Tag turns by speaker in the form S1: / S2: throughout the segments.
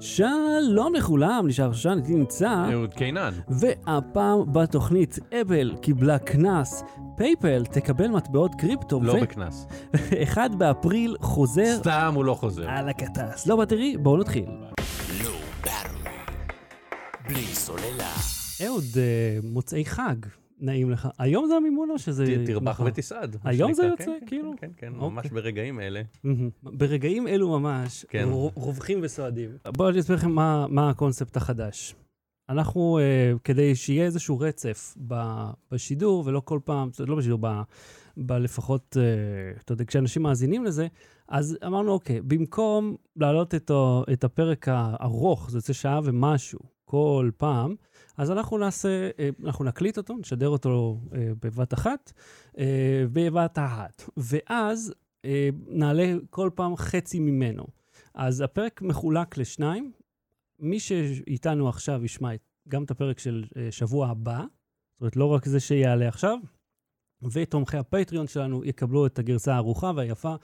S1: שלום לכולם, נשאר שושן, איתי נמצא,
S2: אהוד קינן.
S1: והפעם בתוכנית אפל קיבלה קנס, פייפל תקבל מטבעות קריפטו,
S2: לא בקנס.
S1: ואחד באפריל חוזר
S2: סתם הוא לא חוזר.
S1: על הכתס. לא בטרי, בואו נתחיל.
S3: לואו ברמן, לא בלי סוללה.
S1: אהוד, אה, מוצאי חג, נעים לך. היום זה המימון או שזה...
S2: ת- תרבח
S1: נכון?
S2: ותסעד. מה
S1: היום זה
S2: שנקרא.
S1: יוצא?
S2: כן, כן,
S1: כאילו?
S2: כן, כן,
S1: אוקיי.
S2: ממש ברגעים אלה.
S1: מהמם. ברגעים אלו ממש,
S2: כן.
S1: רוב- רווחים וסועדים. בואו אני אסביר לכם מה, מה הקונספט החדש. אנחנו, אה, כדי שיהיה איזשהו רצף ב, בשידור, ולא כל פעם, זאת אומרת, לא בשידור, ב, ב, לפחות, אה, אתה יודע, כשאנשים מאזינים לזה, אז אמרנו, אוקיי, במקום להעלות את, ה- את הפרק הארוך, זה יוצא שעה ומשהו, כל פעם, אז אנחנו נעשה, אה, אנחנו נקליט אותו, נשדר אותו אה, בבת אחת, אה, בבת אחת. ואז אה, נעלה כל פעם חצי ממנו. אז הפרק מחולק לשניים. מי שאיתנו עכשיו ישמע את- גם את הפרק של אה, שבוע הבא, זאת אומרת, לא רק זה שיעלה עכשיו, ותומכי הפטריון שלנו יקבלו את הגרסה הערוכה והיפה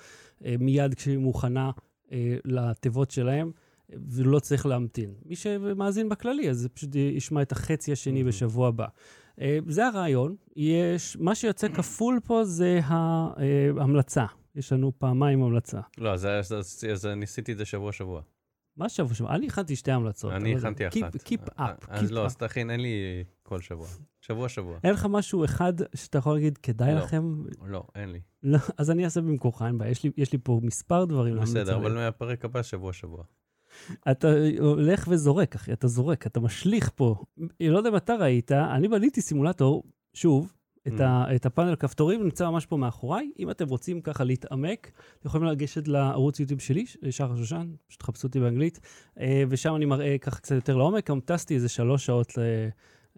S1: אה, מיד כשהיא מוכנה אה, לתיבות שלהם, אה, ולא צריך להמתין. מי שמאזין בכללי, אז פשוט י- ישמע את החצי השני
S2: Mhm.
S1: בשבוע הבא. אה, זה הרעיון, יש, מה שיוצא כפול פה זה ההמלצה. יש לנו פעמיים המלצה.
S2: לא, אז- אז אז- אז ניסיתי את זה שבוע-שבוע.
S1: מה שבוע שבוע? אני הכנתי שתי המלצות.
S2: אני
S1: אבל זה-
S2: הכנתי אחת.
S1: לא Keep, keep up.
S2: אז
S1: keep
S2: לא,
S1: up.
S2: אז תכין, אין לי כל שבוע. שבוע-שבוע.
S1: אין לך משהו אחד שאתה יכול להגיד, כדאי
S2: לא.
S1: לכם?
S2: לא, אין לי.
S1: לא, אז אני אעשה במקומך, אין בעיה. יש לי- יש לי פה מספר דברים. להמליץ
S2: בסדר, אבל
S1: עליהם.
S2: מהפרק הבא שבוע-שבוע.
S1: אתה הולך וזורק, אחי, אתה זורק, אתה משליך פה. אני לא יודע אם אתה ראית, אני בניתי סימולטור, שוב, את,
S2: Mm.
S1: ה, את הפאנל כפתורים, הוא נמצא ממש פה מאחוריי. אם אתם רוצים ככה להתעמק, אתם יכולים לגשת לערוץ יוטיוב שלי, ש- שחר שושן, פשוט תחפשו אותי באנגלית, אה, ושם אני מראה ככה קצת יותר לעומק. גם טסתי איזה שלוש שעות אה,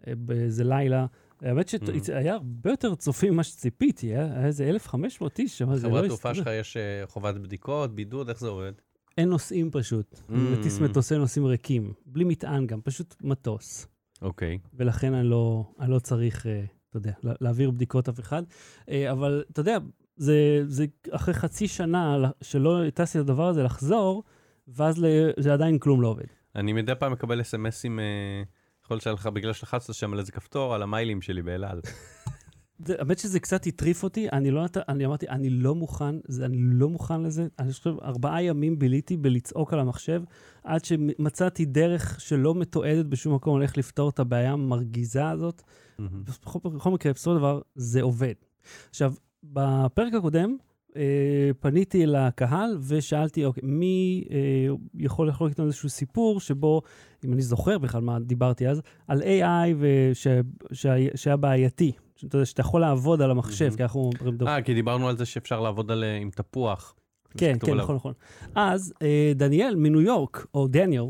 S1: אה, באיזה לילה. האמת
S2: Mm.
S1: שהיה הרבה יותר צופים ממה שציפיתי, אה? היה איזה 1,500 איש שם, זה לא
S2: חברת תעופה
S1: הסתדר.
S2: שלך יש אה, חובת בדיקות, בידוד, איך זה עובד?
S1: אין נוסעים פשוט. מטיס מטוסי נוסעים ריקים, בלי מטען גם, פשוט מטוס.
S2: אוקיי.
S1: ולכן אני לא, אני לא צריך, אה, אתה יודע, לה- להעביר בדיקות אף אחד. אה, אבל אתה יודע, זה, זה אחרי חצי שנה ל- שלא טסתי לדבר הזה לחזור, ואז ל- זה עדיין כלום לא עובד.
S2: אני מדי פעם מקבל אסמסים, אה, יכול להיות שהיה לך בגלל שלחצת שם על איזה כפתור, על המיילים שלי באל על.
S1: זה- האמת שזה קצת הטריף אותי, אני לא נת... אני אמרתי, אני לא מוכן, זה, אני לא מוכן לזה. אני חושב, ארבעה ימים ביליתי בלצעוק על המחשב, עד שמצאתי דרך שלא מתועדת בשום מקום על איך לפתור את הבעיה המרגיזה הזאת. בכל, בכל מקרה, בסופו של דבר, זה עובד. עכשיו, בפרק הקודם אה, פניתי לקהל ושאלתי, אוקיי, מי אה, יכול לחלוק איתנו איזשהו סיפור שבו, אם אני זוכר בכלל מה דיברתי אז, על AI וש, שהיה, שהיה בעייתי. שאתה יודע, שאתה יכול לעבוד על המחשב,
S2: מהמם.
S1: כי אנחנו אומרים,
S2: אה, כי דיברנו על זה שאפשר לעבוד על, אה, עם תפוח.
S1: כן,
S2: שכתוב
S1: כן,
S2: עליו.
S1: נכון, נכון. אז אה, דניאל מניו יורק, או דניאל,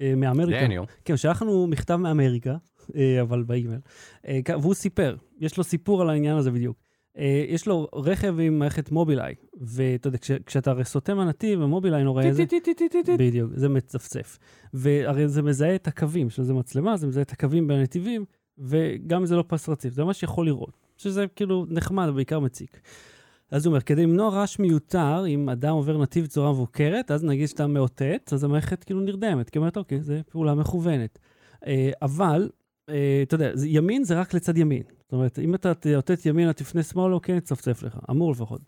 S1: אה, מאמריקה,
S2: דניאל.
S1: כן, שלחנו מכתב מאמריקה, אה, אבל באימייל, אה, כ- והוא סיפר, יש לו סיפור על העניין הזה בדיוק. אה, יש לו רכב עם מערכת מובילאיי, ואתה יודע, כש- כשאתה הרי סוטה מהנתיב, המובילאיי נורא איזה... בדיוק, זה מצפצף. והרי זה מזהה את הקווים, יש לזה מצלמה, זה מזהה את הקווים בין הנתיבים, וגם אם זה לא פס רציף, זה ממש יכול לראות. שזה כאילו נחמד, אבל בעיקר מציק. אז הוא אומר, כדי למנוע רעש מיותר, אם אדם עובר נתיב בצורה מבוקרת, אז נגיד שאתה מאותת, אז המערכת כאילו נרדמת, כי היא אומרת, אוקיי, זו פעולה מכוונת. אה, אבל, אה, אתה יודע, זה, ימין זה רק לצד ימין. זאת אומרת, אם אתה תאותת ימינה, תפנה שמאלה, כן, יצפצף לך, אמור לפחות.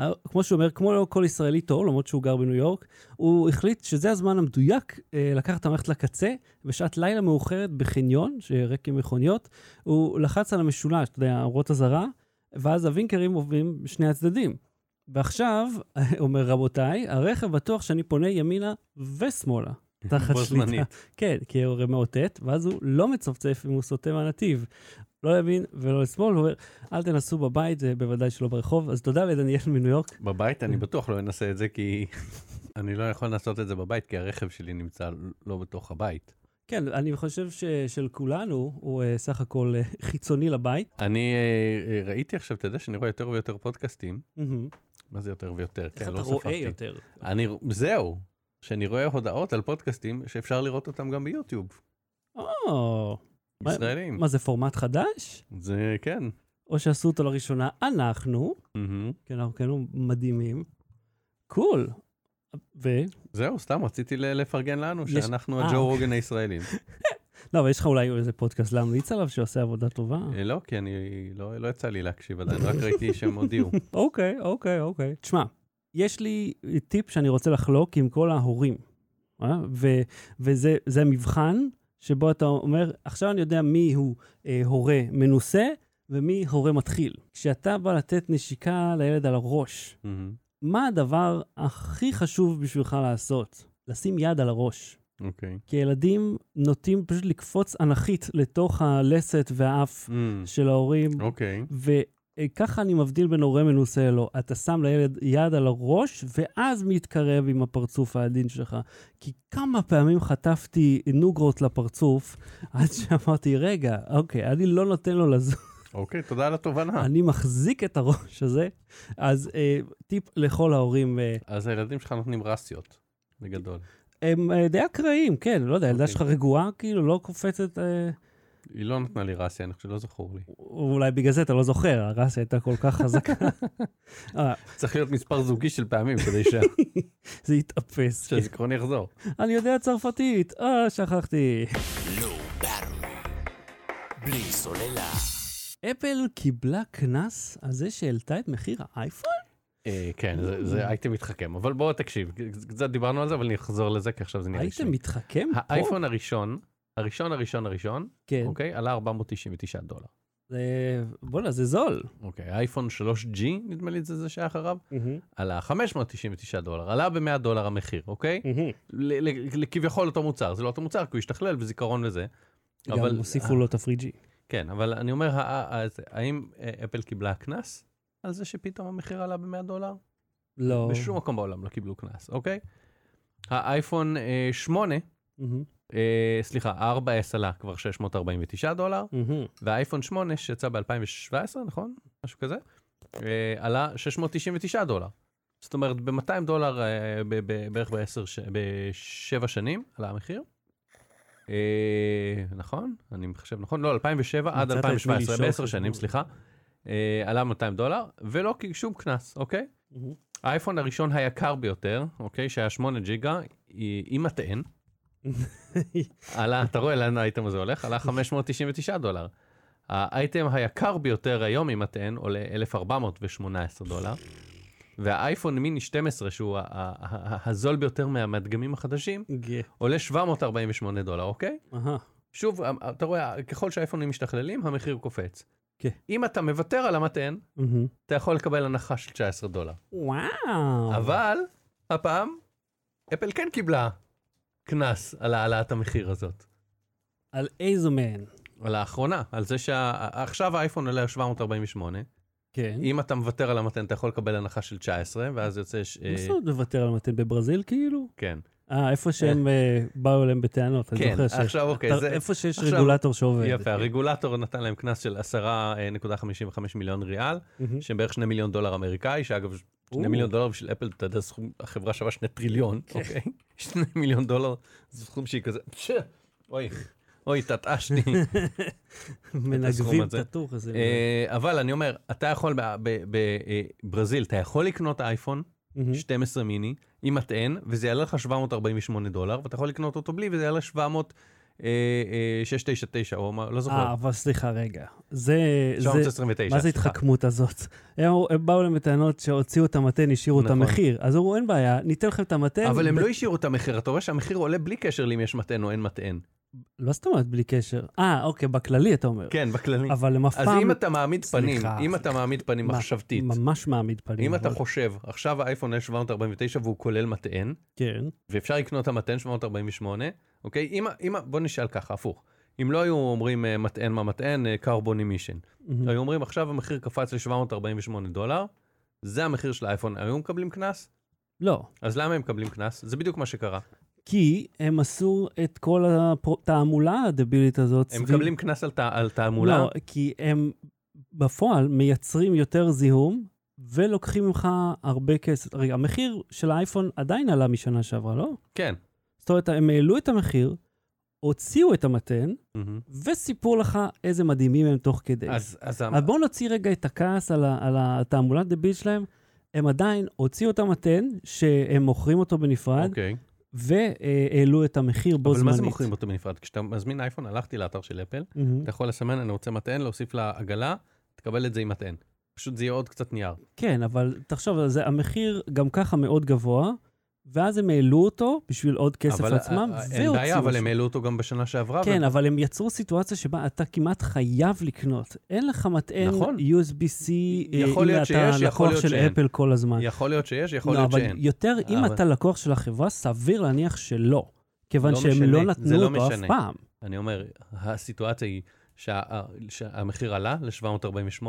S1: אה, כמו שהוא אומר, כמו לא כל ישראלי טוב, למרות שהוא גר בניו יורק, הוא החליט שזה הזמן המדויק אה, לקחת את המערכת לקצה, בשעת לילה מאוחרת בחניון, שריק עם מכוניות, הוא לחץ על המשולש, אתה יודע, אורות אזהרה, ואז הווינקרים עוברים בשני הצדדים. ועכשיו, אומר רבותיי, הרכב בטוח שאני פונה ימינה ושמאלה. תחת
S2: בו
S1: שליטה.
S2: זמנית.
S1: כן, כי הוא הרי מאותת, ואז הוא לא מצפצף אם הוא סוטה מהנתיב. לא ימין ולא לשמאל, הוא אומר, אל תנסו בבית, זה בוודאי שלא ברחוב. אז תודה לדניאל מניו יורק.
S2: בבית
S1: כן.
S2: אני בטוח לא אנסה את זה כי אני לא יכול לעשות את זה בבית כי הרכב שלי נמצא לא בתוך הבית.
S1: כן, אני חושב ששל כולנו, הוא אה, סך הכל אה, חיצוני לבית.
S2: אני אה, אה, ראיתי עכשיו, אתה יודע שאני רואה יותר ויותר פודקאסטים.
S1: מהמם.
S2: מה זה יותר ויותר?
S1: איך
S2: כן,
S1: אתה
S2: לא
S1: רואה
S2: ספרתי.
S1: יותר?
S2: אני, זהו, שאני רואה הודעות על פודקאסטים שאפשר לראות אותם גם ביוטיוב.
S1: או, מה-
S2: ישראלים.
S1: מה זה פורמט חדש?
S2: זה כן.
S1: או שעשו אותו לראשונה אנחנו,
S2: מהמם.
S1: כי אנחנו כאילו מדהימים. קול. ו...
S2: זהו, סתם רציתי ל- לפרגן לנו,
S1: יש-
S2: שאנחנו
S1: אה.
S2: הג'ו רוגן הישראלים.
S1: לא, אבל יש לך אולי איזה פודקאסט להמליץ עליו שעושה עבודה טובה?
S2: אה, לא, כי אני, לא לא יצא לי להקשיב עדיין, רק ראיתי שהם הודיעו.
S1: אוקיי, אוקיי, אוקיי. תשמע, יש לי טיפ שאני רוצה לחלוק עם כל ההורים, אה? ו, וזה זה מבחן שבו אתה אומר, עכשיו אני יודע מי הוא אה, הורה מנוסה ומי הורה מתחיל. כשאתה בא לתת נשיקה לילד על הראש,
S2: מהמם.
S1: מה הדבר הכי חשוב בשבילך לעשות? לשים יד על הראש.
S2: אוקיי.
S1: כי ילדים נוטים פשוט לקפוץ אנכית לתוך הלסת והאף
S2: מהמם.
S1: של ההורים.
S2: Mm. אוקיי.
S1: וככה אני מבדיל בין הורה מנוסה לו. אתה שם לילד יד על הראש, ואז מתקרב עם הפרצוף העדין שלך. כי כמה פעמים חטפתי נוגרות לפרצוף, עד שאמרתי, רגע, אוקיי, אני לא נותן לו לזוז,
S2: אוקיי, תודה על התובנה.
S1: אני מחזיק את הראש הזה. אז אה, טיפ לכל ההורים, אה,
S2: אז הילדים שלך נותנים רסיות, בגדול.
S1: הם אה, די אקראיים, כן, לא יודע, הילדה
S2: אוקיי.
S1: שלך רגועה, כאילו, לא קופצת, אה,
S2: היא לא נתנה לי רסיה, אני חושב שלא זכור לי.
S1: אולי בגלל זה אתה לא זוכר, הרסיה הייתה כל כך חזקה. אה,
S2: צריך להיות מספר זוגי של פעמים כדי שה-
S1: זה התאפס.
S2: שהזיכרון יחזור.
S1: אני יודע צרפתית, אה, שכחתי.
S3: Low Battery, לא, בלי סוללה.
S1: אפל קיבלה קנס על זה שהעלתה את מחיר האייפון?
S2: אה, כן, זה- זה הייתם מתחכם, אבל בואו תקשיב, קצת דיברנו על זה, אבל אני אחזור לזה, כי עכשיו זה נראה
S1: הייתם
S2: רשמי.
S1: מתחכם פה?
S2: האייפון הראשון, הראשון הראשון הראשון,
S1: כן.
S2: אוקיי, עלה 499 דולר.
S1: זה- בואנה, זה זול.
S2: אוקיי, האייפון 3G, נדמה לי זה זה שהיה אחריו, עלה 599 דולר, עלה ב-100 דולר המחיר, אוקיי? ל- ל- לכביכול אותו מוצר, זה לא אותו מוצר, כי הוא השתכלל בזיכרון וזה. אה,
S1: גם הוסיפו לו את הפריג'י.
S2: כן, אבל אני אומר, ה- ה- ה- זה- האם אה, אפל קיבלה קנס על זה שפתאום המחיר עלה ב-100 דולר?
S1: לא.
S2: בשום מקום בעולם לא קיבלו קנס, אוקיי? האייפון אה, 8,
S1: מהמם,
S2: אה, סליחה, ה-4S עלה כבר 649 דולר,
S1: מהמם.
S2: והאייפון 8 שיצא ב-2017, נכון? משהו כזה? אה, עלה 699 דולר. זאת אומרת, ב-200 דולר אה, ב- ב- בערך ב-10, ש- ב-7 שנים עלה המחיר. אה, נכון? אני מחשב נכון? לא, 2007 עד
S1: מצאת את
S2: 2017,
S1: מילי
S2: ב-10
S1: שור,
S2: שנים,
S1: חשבון.
S2: סליחה. אה, עלה 200 דולר, ולא כי- שום קנס, אוקיי?
S1: מהמם.
S2: האייפון הראשון היקר ביותר, אוקיי, שהיה 8 ג'יגה, היא- עם מטען. עלה, אתה רואה לאן האייטם הזה הולך? עלה 599 דולר. האייטם היקר ביותר היום עם מטען עולה 1,418 דולר, והאייפון מיני 12, שהוא ה- ה- ה- ה- הזול ביותר מהמדגמים החדשים,
S1: גאה.
S2: עולה 748 דולר, אוקיי?
S1: אהה.
S2: שוב, אמ, אתה רואה, ככל שהאייפונים משתכללים, המחיר קופץ.
S1: כן.
S2: אם אתה מוותר על המטען,
S1: מהמם.
S2: אתה יכול לקבל הנחה של 19 דולר.
S1: וואו.
S2: אבל הפעם אפל כן קיבלה קנס על העלאת המחיר הזאת.
S1: על איזו מהן?
S2: על האחרונה, על זה שעכשיו האייפון עולה 748,
S1: כן.
S2: אם אתה מוותר על המתן אתה יכול לקבל הנחה של 19, ואז יוצא... ש-
S1: מה
S2: אה,
S1: זאת אומרת לוותר על מתן בברזיל כאילו?
S2: כן.
S1: אה, איפה שהם אה, באו אליהם בטענות, אני
S2: כן,
S1: זוכר ש...
S2: עכשיו, אוקיי,
S1: אתה-
S2: זה-
S1: איפה שיש
S2: עכשיו-
S1: רגולטור שעובד.
S2: יפה, הרגולטור נתן להם קנס של 10.55 מיליון ריאל,
S1: מהמם.
S2: שהם בערך 2 מיליון דולר אמריקאי, שאגב, 2
S1: או. כן.
S2: מיליון דולר בשביל אפל, אתה יודע, סכום, החברה שווה 2 טריליון, אוקיי? 2 מיליון דולר, זה סכום שהיא כזה, פש, אוי, אוי, תתעשתי. הסכום
S1: מנגבים את
S2: הזה.
S1: הטור הזה.
S2: אה, אבל אני אומר, אתה יכול בברזיל, אה, אתה יכול לקנות אייפון
S1: מהמם.
S2: 12 מיני עם מטען, וזה יעלה לך 748 דולר, ואתה יכול לקנות אותו בלי, וזה יעלה אה, 700,699, או מה- לא
S1: אה,
S2: זוכר,
S1: אבל סליחה, רגע. זה... זה-
S2: 729.
S1: מה זה
S2: סליחה.
S1: ההתחכמות הזאת? הם אמרו- הם באו להם בטענות שהוציאו את המתן, השאירו את
S2: נכון.
S1: המחיר. אז אמרו, אין בעיה, ניתן לכם את המתן.
S2: אבל הם
S1: ב-
S2: לא השאירו את המחיר, אתה רואה שהמחיר עולה בלי קשר לאם יש מטען או אין מטען.
S1: לא זאת אומרת בלי קשר. אה, אוקיי, בכללי אתה אומר.
S2: כן, בכללי.
S1: אבל הם אף
S2: אז
S1: פעם...
S2: אם אתה מעמיד פנים,
S1: סליחה.
S2: אם אתה מעמיד פנים
S1: מה-
S2: מחשבתית,
S1: ממש מעמיד פנים.
S2: אם אתה
S1: אבל-
S2: חושב, עכשיו האייפון S749 והוא כולל מטען,
S1: כן.
S2: ואפשר לקנות את המטען 748, אוקיי? אם, ה- אם, ה- בוא נשאל ככה, הפוך. אם לא היו אומרים אה, מטען מה מטען, אה, carbon emission.
S1: מהמם.
S2: היו אומרים עכשיו המחיר קפץ ל-748 דולר, זה המחיר של האייפון, היו מקבלים קנס?
S1: לא.
S2: אז למה הם מקבלים קנס? זה בדיוק מה שקרה.
S1: כי הם עשו את כל הפר- התעמולה הדבילית הזאת.
S2: הם
S1: סביב-
S2: מקבלים קנס על, תע- על תעמולה,
S1: לא, כי הם בפועל מייצרים יותר זיהום. ולוקחים ממך הרבה כסף. רגע, המחיר של האייפון עדיין עלה משנה שעברה, לא?
S2: כן.
S1: זאת אומרת, הם העלו את המחיר, הוציאו את המתן,
S2: מהמם.
S1: וסיפרו לך איזה מדהימים הם תוך כדי. אז,
S2: אז, אז, ה-
S1: אז בואו נוציא רגע את הכעס על, ה, על התעמולת דביל שלהם. הם עדיין הוציאו את המתן, שהם מוכרים אותו בנפרד,
S2: אוקיי.
S1: והעלו את המחיר בו
S2: אבל
S1: זמנית.
S2: מה זה מוכרים אותו בנפרד? כשאתה מזמין אייפון, הלכתי לאתר של אפל,
S1: מהמם.
S2: אתה יכול לסמן, אני רוצה מטען, להוסיף לעגלה, תקבל את זה עם מטען. פשוט זה יהיה עוד קצת נייר.
S1: כן, אבל תחשוב, על זה, המחיר גם ככה מאוד גבוה, ואז הם העלו אותו בשביל עוד כסף
S2: אבל,
S1: לעצמם,
S2: אה, אה,
S1: והוציאו
S2: אין בעיה, אבל הם
S1: אותו.
S2: העלו אותו גם בשנה שעברה.
S1: כן,
S2: ו-
S1: אבל הם יצרו סיטואציה שבה אתה כמעט חייב לקנות. אין לך מטען
S2: נכון.
S1: USB-C, אה,
S2: יכול
S1: אם
S2: להיות
S1: אתה
S2: שיש, יכול
S1: לקוח
S2: להיות
S1: של
S2: שאין.
S1: אפל כל הזמן.
S2: יכול להיות שיש, יכול
S1: לא,
S2: להיות
S1: אבל
S2: שאין.
S1: יותר, אם
S2: אבל-
S1: אתה לקוח של החברה, סביר להניח שלא. כיוון
S2: לא
S1: שהם
S2: משנה,
S1: לא
S2: זה
S1: נתנו
S2: לא
S1: אותו
S2: משנה.
S1: אף פעם.
S2: אני אומר, הסיטואציה היא שה- שהמחיר עלה ל-748,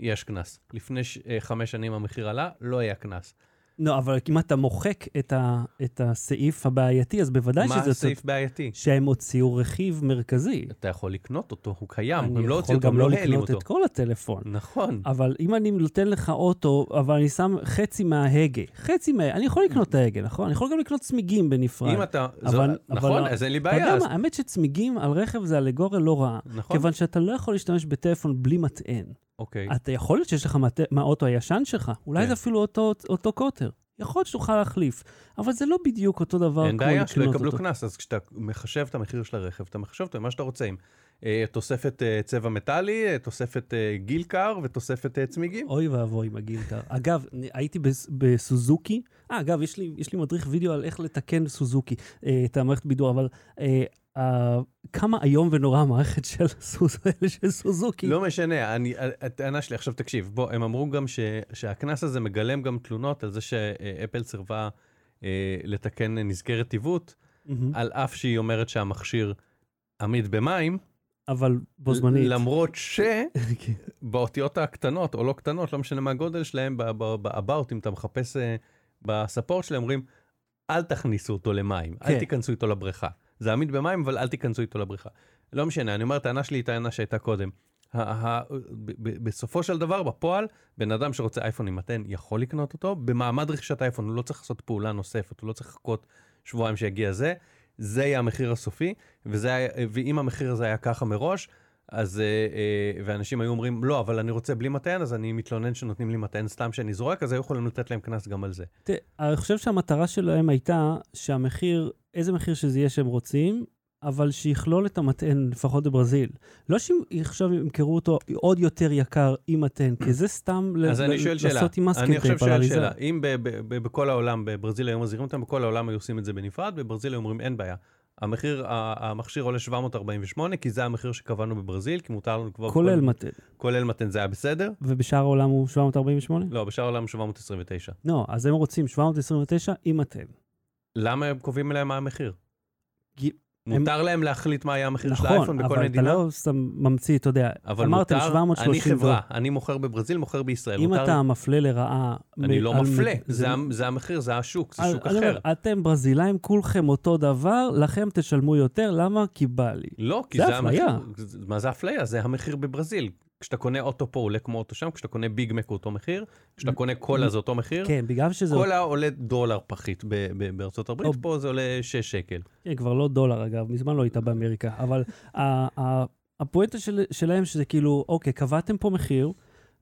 S2: יש קנס. לפני ש- אה, חמש שנים המחיר עלה, לא היה קנס.
S1: לא, אבל אם אתה מוחק את, ה, את הסעיף הבעייתי, אז בוודאי
S2: מה
S1: שזה...
S2: הסעיף בעייתי?
S1: שהם הוציאו רכיב מרכזי.
S2: אתה יכול לקנות אותו, הוא קיים,
S1: אני
S2: הם לא
S1: יכול
S2: הוציאו אותו,
S1: גם
S2: הם
S1: לא
S2: לא העלים
S1: לקנות
S2: אותו.
S1: את כל הטלפון.
S2: נכון.
S1: אבל אם אני נותן לך אוטו, אבל אני שם חצי מההגה, חצי מה... אני יכול לקנות את ההגה, נכון? אני יכול גם לקנות צמיגים בנפרד.
S2: אם אתה...
S1: אבל-
S2: זו-
S1: אבל- לא-
S2: נכון, אז אין לי
S1: אתה
S2: בעיה.
S1: יודע
S2: אז-
S1: מה, האמת שצמיגים על רכב זה אלגוריה לא רעה.
S2: נכון,
S1: כיוון שאתה לא יכול להשתמש בטלפון בלי מטען.
S2: אוקיי.
S1: אתה יכול להיות שיש לך מט- מהאוטו הישן שלך, אולי
S2: כן.
S1: זה אפילו אותו- אותו קוטר. יכול להיות שתוכל להחליף, אבל זה לא בדיוק אותו דבר
S2: אין
S1: כמו
S2: בעיה, שלא
S1: לקנות
S2: יקבלו
S1: אותו.
S2: קנס. אז כשאתה מחשב את המחיר של הרכב, אתה מחשב אותו עם מה שאתה רוצה, עם אה, תוספת אה, צבע מטאלי, אה, תוספת אה, גיל קר ותוספת אה, צמיגים.
S1: אוי ואבוי עם הגילטר. אגב, אני- הייתי בס- בסוזוקי, אה, אגב, יש לי, יש לי מדריך וידאו על איך לתקן סוזוקי, אה, את המערכת בידור, אבל אה, אה, כמה איום ונורא המערכת של, סוז... אלה של סוזוקי.
S2: לא משנה, אני, הטענה שלי, עכשיו תקשיב, בוא, הם אמרו גם ש, שהקנס הזה מגלם גם תלונות על זה שאפל סירבה אה, לתקן נסגרת עיוות,
S1: מהמם.
S2: על אף שהיא אומרת שהמכשיר עמיד במים,
S1: אבל בו זמנית.
S2: למרות ש...
S1: כן.
S2: באותיות הקטנות או לא קטנות, לא משנה מה הגודל שלהם, ב- ב- ב-about, אם אתה מחפש אה, בספורט שלהם, אומרים, אל תכניסו אותו למים, אל
S1: כן.
S2: תיכנסו איתו לבריכה. זה עמיד במים, אבל אל תיכנסו איתו לבריכה. לא משנה, אני אומר, הטענה שלי היא טענה שהייתה קודם. ה- ה- ב- ב- בסופו של דבר, בפועל, בן אדם שרוצה אייפון עם מתן יכול לקנות אותו. במעמד רכישת האייפון הוא לא צריך לעשות פעולה נוספת, הוא לא צריך לחכות שבועיים שיגיע זה. זה יהיה המחיר הסופי, וזה היה, אה, ואם המחיר הזה היה ככה מראש, אז, אה, אה, ואנשים היו אומרים, לא, אבל אני רוצה בלי מתן, אז אני מתלונן שנותנים לי מתן סתם שאני זורק, אז היו יכולים לתת להם קנס גם על זה.
S1: תראה, אני חושב שהמטרה שלהם הייתה שהמחיר, איזה מחיר שזה יהיה שהם רוצים, אבל שיכלול את המטען, לפחות בברזיל. לא שעכשיו ימכרו אותו עוד יותר יקר עם מטען, כי זה סתם ל-
S2: אז אני
S1: ל-
S2: שואל שאלה,
S1: לעשות עם אה, מסקט
S2: אני עכשיו
S1: טייפ על
S2: שואל
S1: האריזה.
S2: שאלה, אם ב- ב- ב- בכל העולם, בברזיל היו מזהירים אותם, בכל העולם היו עושים את זה בנפרד, בברזיל היו אומרים, אין בעיה. המחיר, ה- המכשיר עולה 748, כי זה המחיר שקבענו בברזיל, כי מותר לנו לקבוע...
S1: כולל
S2: בכל-
S1: מטען.
S2: כולל מתן, זה היה בסדר?
S1: ובשאר העולם הוא 748?
S2: לא, בשאר העולם 729.
S1: לא, אז הם רוצים 729 עם אתם.
S2: למה הם קובעים להם מה המחיר?
S1: כי-
S2: מותר להם להחליט מה היה המחיר של האייפון
S1: נכון,
S2: בכל
S1: אבל אתה
S2: מדינה?
S1: לא סתם ממציא, אתה יודע,
S2: אבל
S1: אמרתם
S2: מותר,
S1: 730
S2: אני חברה, אני מוכר בברזיל, מוכר בישראל.
S1: אם
S2: מותר-
S1: אתה מפלה לרעה...
S2: אני
S1: מ-
S2: לא
S1: על-
S2: מפלה,
S1: זה-
S2: זה ה- זה המחיר, זה השוק, זה
S1: על-
S2: שוק
S1: אני אומר,
S2: אחר.
S1: אתם ברזילאים, כולכם אותו דבר, לכם תשלמו יותר, למה? כי בא לי.
S2: לא, כי
S1: זה
S2: זה המחיר.
S1: אפליה.
S2: זה- מה זה אפליה? זה המחיר בברזיל. כשאתה קונה אוטו פה עולה כמו אוטו שם, כשאתה קונה ביג מק הוא אותו מחיר, כשאתה קונה קולה זה אותו מחיר.
S1: כן, בגלל שזה...
S2: קולה עולה דולר פחית ב- ב- בארצות הברית,
S1: או-
S2: פה זה עולה 6 שקל.
S1: כן, כבר לא דולר, אגב, מזמן לא הייתה באמריקה, אבל ה- ה- הפואנטה של, שלהם שזה כאילו, אוקיי, קבעתם פה מחיר,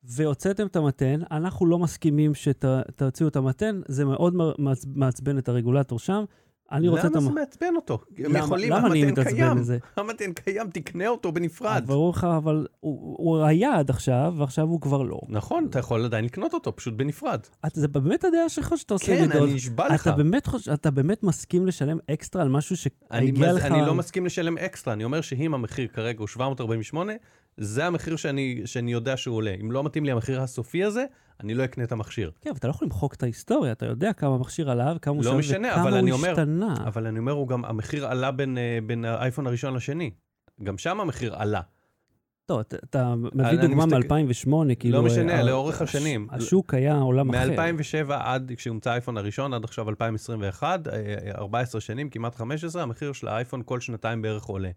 S1: והוצאתם את המתן, אנחנו לא מסכימים שתוציאו את המתן, זה מאוד מ- מעצ- מעצבן את הרגולטור שם. אני רוצה את
S2: למה זה
S1: המ...
S2: מעצבן אותו? הם
S1: למה-
S2: יכולים,
S1: למה אני
S2: המתן
S1: מתעצבן
S2: קיים.
S1: לזה?
S2: המתן קיים, תקנה אותו בנפרד.
S1: ברור לך, אבל הוא, הוא היה עד עכשיו, ועכשיו הוא כבר לא.
S2: נכון, אתה יכול עדיין לקנות אותו, פשוט בנפרד.
S1: אתה- זה באמת הדעה שלך שאתה עושה
S2: כן,
S1: גדול.
S2: אני נשבע לך.
S1: אתה באמת, חוש... אתה באמת מסכים לשלם אקסטרה על משהו
S2: אני,
S1: שהגיע
S2: מז...
S1: לך...
S2: אני לא מסכים לשלם אקסטרה, אני אומר שאם המחיר כרגע הוא 748, זה המחיר שאני, שאני יודע שהוא עולה. אם לא מתאים לי המחיר הסופי הזה, אני לא אקנה את המכשיר.
S1: כן, אבל אתה לא יכול למחוק את ההיסטוריה, אתה יודע כמה המכשיר עליו, כמה הוא
S2: לא
S1: שם
S2: משנה,
S1: וכמה
S2: אבל
S1: הוא
S2: אני אומר-
S1: השתנה.
S2: אבל אני אומר, הוא גם, המחיר עלה בין, אה, בין האייפון הראשון לשני. גם שם המחיר עלה.
S1: טוב, לא, אתה- אתה
S2: אני
S1: מביא דוגמה
S2: מסתכל-
S1: מ-2008, כאילו...
S2: לא משנה,
S1: אה,
S2: לאורך
S1: הש-
S2: השנים.
S1: השוק היה עולם אחר.
S2: מ-2007 עד כשהומצא האייפון הראשון, עד עכשיו 2021, אה, אה, 14 שנים, כמעט 15, המחיר של האייפון כל שנתיים בערך עולה.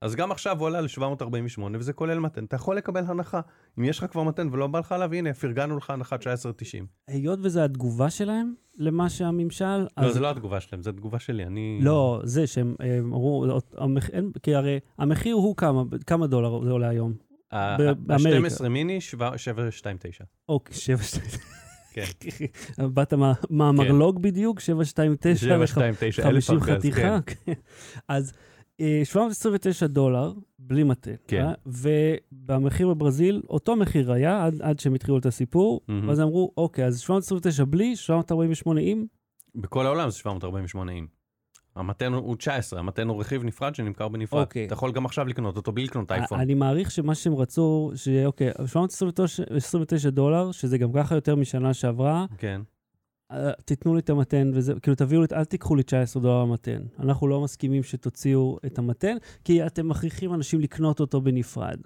S2: אז גם עכשיו הוא עולה ל-748 וזה כולל מתן. אתה יכול לקבל הנחה. אם יש לך כבר מתן ולא בא לך עליו, הנה, פרגנו לך הנחה 19.90.
S1: היות וזו התגובה שלהם למה שהממשל...
S2: לא,
S1: אז-
S2: זה לא התגובה שלהם, זו תגובה שלי, אני...
S1: לא, זה שהם אה, אמרו, לא, המח- אין- כי הרי המחיר הוא כמה, כמה דולר זה עולה היום.
S2: ה- ה-
S1: באמריקה.
S2: ה-12 מיני, 729.
S1: אוקיי, שבע שתיים.
S2: כן.
S1: באת מה- מהמרלוג בדיוק, 729,
S2: 729 אלף
S1: 50
S2: ארגז,
S1: חתיכה. כן. אז אה, 729 דולר, בלי מטל.
S2: כן.
S1: אה? ובמחיר בברזיל, אותו מחיר היה עד, עד שהם התחילו את הסיפור,
S2: מהמם.
S1: ואז אמרו, אוקיי, אז 729 בלי, 748 עם,
S2: כן. בכל העולם זה 748 אים. המתן הוא 19, המתן הוא רכיב נפרד שנמכר בנפרד.
S1: אוקיי. אה,
S2: אתה יכול גם עכשיו לקנות אותו בלי לקנות אייפון.
S1: אני מעריך שמה שהם רצו, אוקיי, שאוקיי, 729 דולר, שזה גם ככה יותר משנה שעברה,
S2: כן.
S1: אה, תיתנו לי את המתן, וזה, כאילו תביאו לי, את- אל תיקחו לי 19 דולר המתן. אנחנו לא מסכימים שתוציאו את המתן, כי אתם מכריחים אנשים לקנות אותו בנפרד.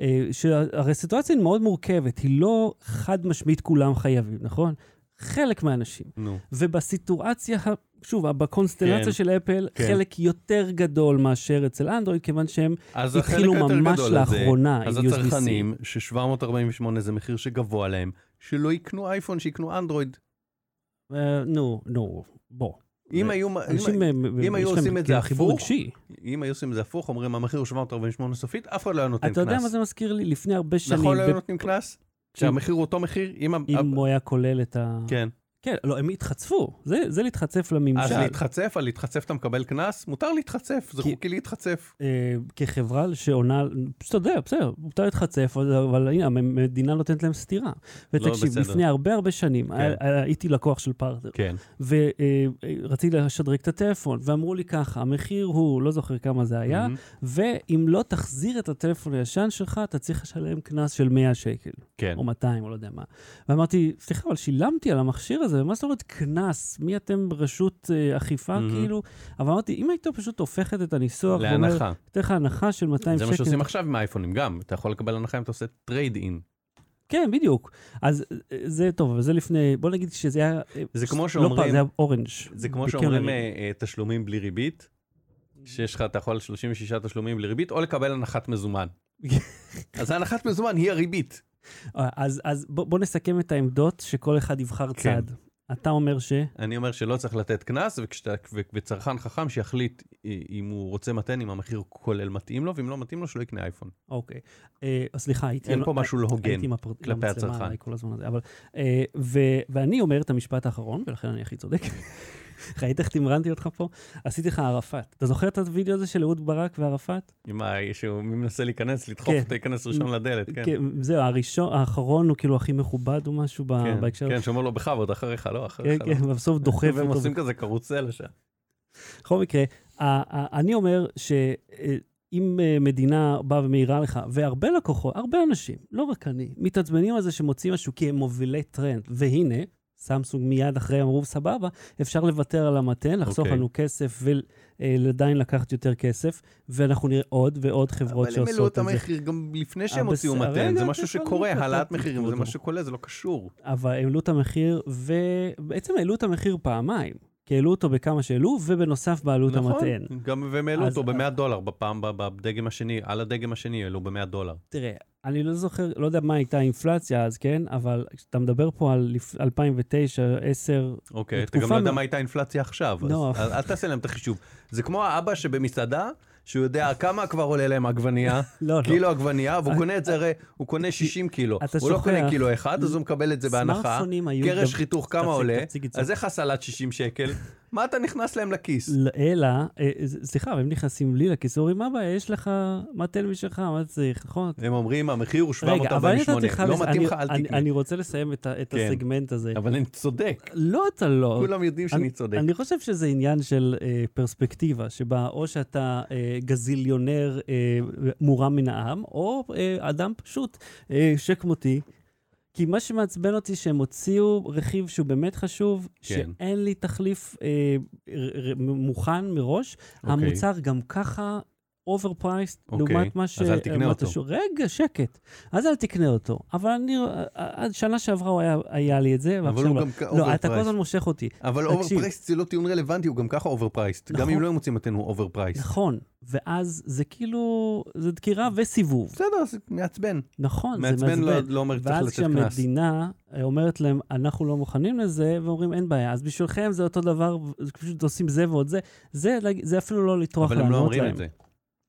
S1: אה, שה- הרי הסיטואציה היא מאוד מורכבת, היא לא חד משמעית כולם חייבים, נכון? חלק מהאנשים.
S2: נו.
S1: ובסיטואציה, ה- שוב, ה- בקונסטלציה
S2: כן.
S1: כן, של אפל,
S2: כן.
S1: כן. חלק יותר גדול מאשר אצל אנדרואיד, כיוון שהם
S2: אז החלק
S1: התחילו
S2: היותר
S1: ממש
S2: גדול הזה,
S1: לאחרונה
S2: אז
S1: עם USB-C.
S2: הצרכנים, ש-748 זה מחיר שגבוה להם, שלא יקנו אייפון, שיקנו אנדרואיד.
S1: אה, נו, נו, בוא.
S2: אם
S1: ו-
S2: היו... אם-
S1: אנשים, הם-
S2: אם
S1: הם-
S2: היו
S1: יש להם
S2: עושים את זה
S1: כאילו חיבור
S2: הפוך,
S1: רגשי.
S2: אם היו עושים את זה הפוך, אומרים המחיר הוא 748 סופית, אף אחד לא היה נותן קנס.
S1: אתה יודע מה זה מזכיר לי? לפני הרבה שנים,
S2: נכון, לא היו
S1: ב-
S2: נותנים קנס? שהמחיר הוא אותו מחיר? אם... ה-
S1: אם הוא היה כולל את ה...
S2: כן.
S1: כן, לא, הם התחצפו, זה, זה להתחצף לממשל.
S2: אז להתחצף, על להתחצף אתה מקבל קנס? מותר להתחצף, זה
S1: כי-
S2: חוקי להתחצף.
S1: אה, כחברה שעונה, אתה יודע, בסדר, מותר להתחצף, אבל- אבל הנה, המדינה נותנת להם סטירה. ותקשיב,
S2: בסדר.
S1: לפני הרבה הרבה שנים, היה- היה- הייתי לקוח של פרטנר,
S2: כן.
S1: ורציתי לשדרג את הטלפון, ואמרו לי ככה, המחיר הוא, לא זוכר כמה זה היה, ואם לא תחזיר את הטלפון הישן שלך, אתה צריך לשלם קנס של 100 שקל.
S2: כן.
S1: או 200, או לא יודע מה. ואמרתי, סליחה, אבל שילמתי על המכשיר הזה, ומה זאת אומרת קנס? מי אתם רשות אה, אכיפה,
S2: Mhm.
S1: כאילו? אבל אמרתי, אם היית פשוט הופכת את הניסוח, ואומרת,
S2: להנחה.
S1: אתן לך הנחה של 200 שקל.
S2: זה מה שעושים עכשיו עם האייפונים גם, אתה יכול לקבל הנחה אם אתה עושה טרייד אין.
S1: כן, בדיוק. אז אה, זה טוב, אבל זה לפני, בוא נגיד שזה היה... אה,
S2: זה כמו
S1: לא
S2: שאומרים-
S1: פעם, זה היה אורנג'.
S2: זה כמו
S1: בקרן
S2: שאומרים
S1: הריט.
S2: אה, אה, תשלומים בלי ריבית, שיש לך, אתה יכול 36 תשלומים בלי ריבית, או לקבל הנחת מזומן. אז הנחת מזומן היא הריבית.
S1: אה, אז, אז בוא, בוא נסכם את העמדות, שכל אחד יבחר
S2: כן.
S1: צד. אתה אומר ש...
S2: אני אומר שלא צריך לתת קנס, וכשאתה- ו- וצרכן חכם שיחליט אה, אם הוא רוצה מתן, אם המחיר כולל מתאים לו, ואם לא מתאים לו, שלא יקנה אייפון.
S1: אוקיי. אה, סליחה, הייתי...
S2: אין פה משהו לא הוגן.
S1: הייתי עם הפר...
S2: כלפי
S1: עם המצלמה
S2: הצרכן.
S1: עליי כל הזמן הזה, אבל... אה, ו... ואני אומר את המשפט האחרון, ולכן אני הכי צודק. ראית איך תמרנתי אותך פה? עשיתי לך ערפאת. אתה זוכר את הוידאו הזה של אהוד ברק וערפאת?
S2: עם ה- שהוא מנסה להיכנס, לדחוף
S1: כן.
S2: אותו, ייכנס ראשון לדלת, כן.
S1: כן, זהו, הראשון, האחרון הוא כאילו הכי מכובד או משהו ב-
S2: כן,
S1: אה, בהקשר
S2: כן, שאומר לו בכבוד, אחריך, לא, אחריך.
S1: כן,
S2: לא."
S1: כן, ובסוף דוחף
S2: והם
S1: אותו.
S2: עושים כזה קרוצלה שם.
S1: בכל מקרה, ה- ה- אני אומר שאם אה, מדינה באה ומעירה לך, והרבה לקוחות, הרבה אנשים, לא רק אני, מתעצבנים על זה שמוצאים משהו כי הם מובילי טרנד, והנה, סמסונג מיד אחרי אמרו, סבבה, אפשר לוותר על המתן, לחסוך
S2: אוקיי.
S1: לנו כסף ועדיין לקחת יותר כסף, ואנחנו נראה עוד ועוד חברות
S2: אבל הם העלו
S1: שעושות
S2: את
S1: את זה. אה,
S2: המחיר גם לפני שהם
S1: אבל
S2: הוציאו
S1: רגע,
S2: מתן, זה
S1: אתה
S2: משהו
S1: יכול
S2: שקורה,
S1: לקחת
S2: העלאת מחירים, זה
S1: אותו.
S2: משהו שקורה, זה לא קשור.
S1: אבל העלו את המחיר, ובעצם העלו את המחיר פעמיים. כי העלו אותו בכמה שהעלו, ובנוסף בעלו את
S2: נכון.
S1: המטען.
S2: גם והם העלו
S1: אז- אה,
S2: אותו ב-100 דולר בפעם, ב- בדגם השני, על הדגם השני העלו ב-100 דולר.
S1: תראה, אני לא זוכר, לא יודע מה הייתה האינפלציה אז, כן? אבל כשאתה מדבר פה על לפ- 2009, 10,
S2: אוקיי, אתה
S1: בתקופה
S2: גם לא יודע
S1: מ-
S2: מה הייתה האינפלציה עכשיו, אז-
S1: לא.
S2: אז אל תעשה להם את החישוב. זה כמו האבא שבמסעדה, שהוא יודע כמה כבר עולה להם עגבנייה,
S1: לא, לא. אה,
S2: קילו עגבנייה, והוא קונה את זה הרי, הוא קונה 60 קילו.
S1: אתה
S2: הוא לא קונה
S1: שוכח.
S2: קילו אחד, אז הוא מקבל את זה בהנחה.
S1: סמארטפונים היו...
S2: גרש
S1: דבר-
S2: חיתוך כמה
S1: תפסיק,
S2: עולה,
S1: תפסיק את זה.
S2: אז איך הסלט 60 שקל? מה אתה נכנס להם לכיס?
S1: לא, אלא, אה, ס- סליחה, אבל הם נכנסים לי לכיס, אומרים, מה הבעיה, יש לך, מה תן משלך, מה צריך, נכון?
S2: הם אומרים, המחיר הוא
S1: רגע, אבל אני
S2: 748,
S1: נתתי לך...
S2: לא
S1: לס-
S2: מתאים
S1: אני-
S2: לך, אל
S1: אני-
S2: תקנה.
S1: אני רוצה לסיים את ה- את
S2: כן.
S1: הסגמנט הזה.
S2: אבל אני צודק,
S1: לא, אתה לא.
S2: כולם יודעים שאני צודק.
S1: אני חושב שזה עניין של אה, פרספקטיבה, שבה או שאתה אה, גזיליונר אה, מורם מן העם, או אה, אדם פשוט אה, שכמותי. כי מה שמעצבן אותי, שהם הוציאו רכיב שהוא באמת חשוב,
S2: כן.
S1: שאין לי תחליף אה, ר, ר, מוכן מראש.
S2: אוקיי.
S1: המוצר גם ככה overpriced
S2: אוקיי,
S1: לעומת מה
S2: אז
S1: ש...
S2: אל תקנה
S1: לעומת
S2: אותו.
S1: השוק. רגע, שקט. אז אל תקנה אותו. אבל אני... עד שנה שעברה הוא היה, היה לי את זה,
S2: אבל
S1: ועכשיו
S2: הוא
S1: לא.
S2: גם
S1: לא, אתה כל
S2: overpriced.
S1: הזמן מושך אותי.
S2: אבל
S1: תקשיב.
S2: אוברפרייסט זה לא טיעון רלוונטי, הוא גם ככה אוברפרייסט. גם
S1: נכון.
S2: אם לא מוצאים מתן הוא אוברפרייסט.
S1: נכון, ואז זה כאילו, זה דקירה וסיבוב.
S2: בסדר, זה מעצבן.
S1: נכון, זה
S2: מעצבן
S1: מעצבן.
S2: לא- לא אומר שצריך
S1: ואז
S2: לתת קנס.
S1: כשהמדינה אה, אומרת להם, אנחנו לא מוכנים לזה, ואומרים, אין בעיה, אז בשבילכם זה אותו דבר, ו- פשוט עושים זה ועוד זה. זה, להג- זה אפילו לא לטרוח
S2: אבל הם לא
S1: לענות
S2: אומרים
S1: להם.
S2: את זה.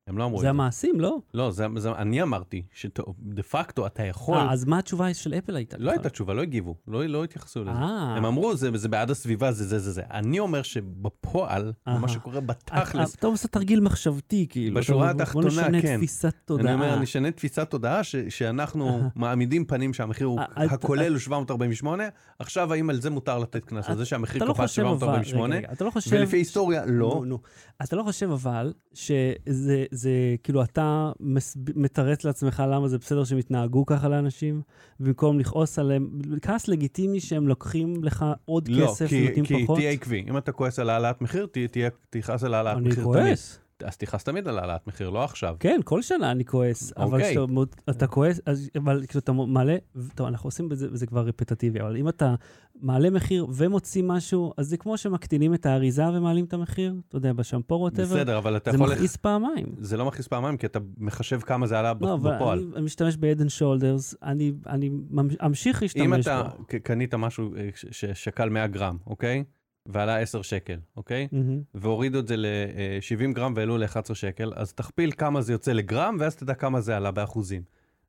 S2: הם לא אמרו את
S1: זה
S2: זה.
S1: המעשים, לא?
S2: לא, זה- זה- אני אמרתי שדה פקטו אתה יכול...
S1: אה, אז מה התשובה של אפל הייתה?
S2: נכון. לא הייתה
S1: בכלל?
S2: תשובה, לא הגיבו, לא לא התייחסו לזה.
S1: אה,
S2: הם אמרו, זה, זה בעד הסביבה, זה זה זה זה. אני אומר שבפועל,
S1: אהה. אה,
S2: מה שקורה בתכלס,
S1: אתה- אתה עושה תרגיל מחשבתי, כאילו. אתה
S2: בשורה
S1: אומר, בוא
S2: התחתונה,
S1: נשנה
S2: כן.
S1: תפיסת
S2: אני
S1: תודעה.
S2: אומר, נשנה תפיסת תודעה ש, שאנחנו
S1: אהה.
S2: מעמידים פנים שהמחיר הוא,
S1: אה, אה,
S2: הכולל הוא 748, עכשיו האם על זה מותר לתת קנס, על זה שהמחיר
S1: אתה לא
S2: קפץ
S1: חושב אבל, רגע,
S2: 748,
S1: רגע, אתה לא חושב...
S2: ולפי היסטוריה, לא.
S1: נו, נו. אתה לא חושב אבל, שזה זה, כאילו אתה מסב... מתרץ לעצמך למה זה בסדר שהם התנהגו ככה לאנשים, במקום לכעוס עליהם, כעס לגיטימי שהם לוקחים לך עוד
S2: לא,
S1: כסף,
S2: כי,
S1: נותנים
S2: כי
S1: פחות?
S2: תהיה עקבי. אם אתה כועס על העלאת מחיר, תה- תהיה- תכעס על העלאת
S1: אני
S2: מחיר תמיד.
S1: כועס.
S2: אז תכעס תמיד על העלאת מחיר, לא עכשיו.
S1: כן, כל שנה אני כועס, אבל
S2: אוקיי.
S1: כשאתה מוד- אתה כועס, אז- אבל כשאתה מ- מעלה, ו- טוב, אנחנו עושים בזה, זה כבר רפטטיבי, אבל אם אתה מעלה מחיר ומוציא משהו, אז זה כמו שמקטינים את האריזה ומעלים את המחיר, אתה יודע, בשמפו ווטאבר,
S2: בסדר, אבל אתה
S1: זה
S2: יכול...
S1: מכעיס פעמיים.
S2: זה לא מכעיס פעמיים, כי אתה מחשב כמה זה עלה
S1: לא, אבל
S2: בפועל.
S1: אני- אני משתמש ב-Head and Shoulders, אני אני ממש- אמשיך
S2: אם
S1: להשתמש בו.
S2: אתה ק- קנית משהו אה, ש- ששקל 100 גרם, אוקיי? ועלה 10 שקל, אוקיי?
S1: מהמם.
S2: והורידו את זה ל-70 גרם והעלו ל-11 שקל, אז תכפיל כמה זה יוצא לגרם, ואז תדע כמה זה עלה באחוזים.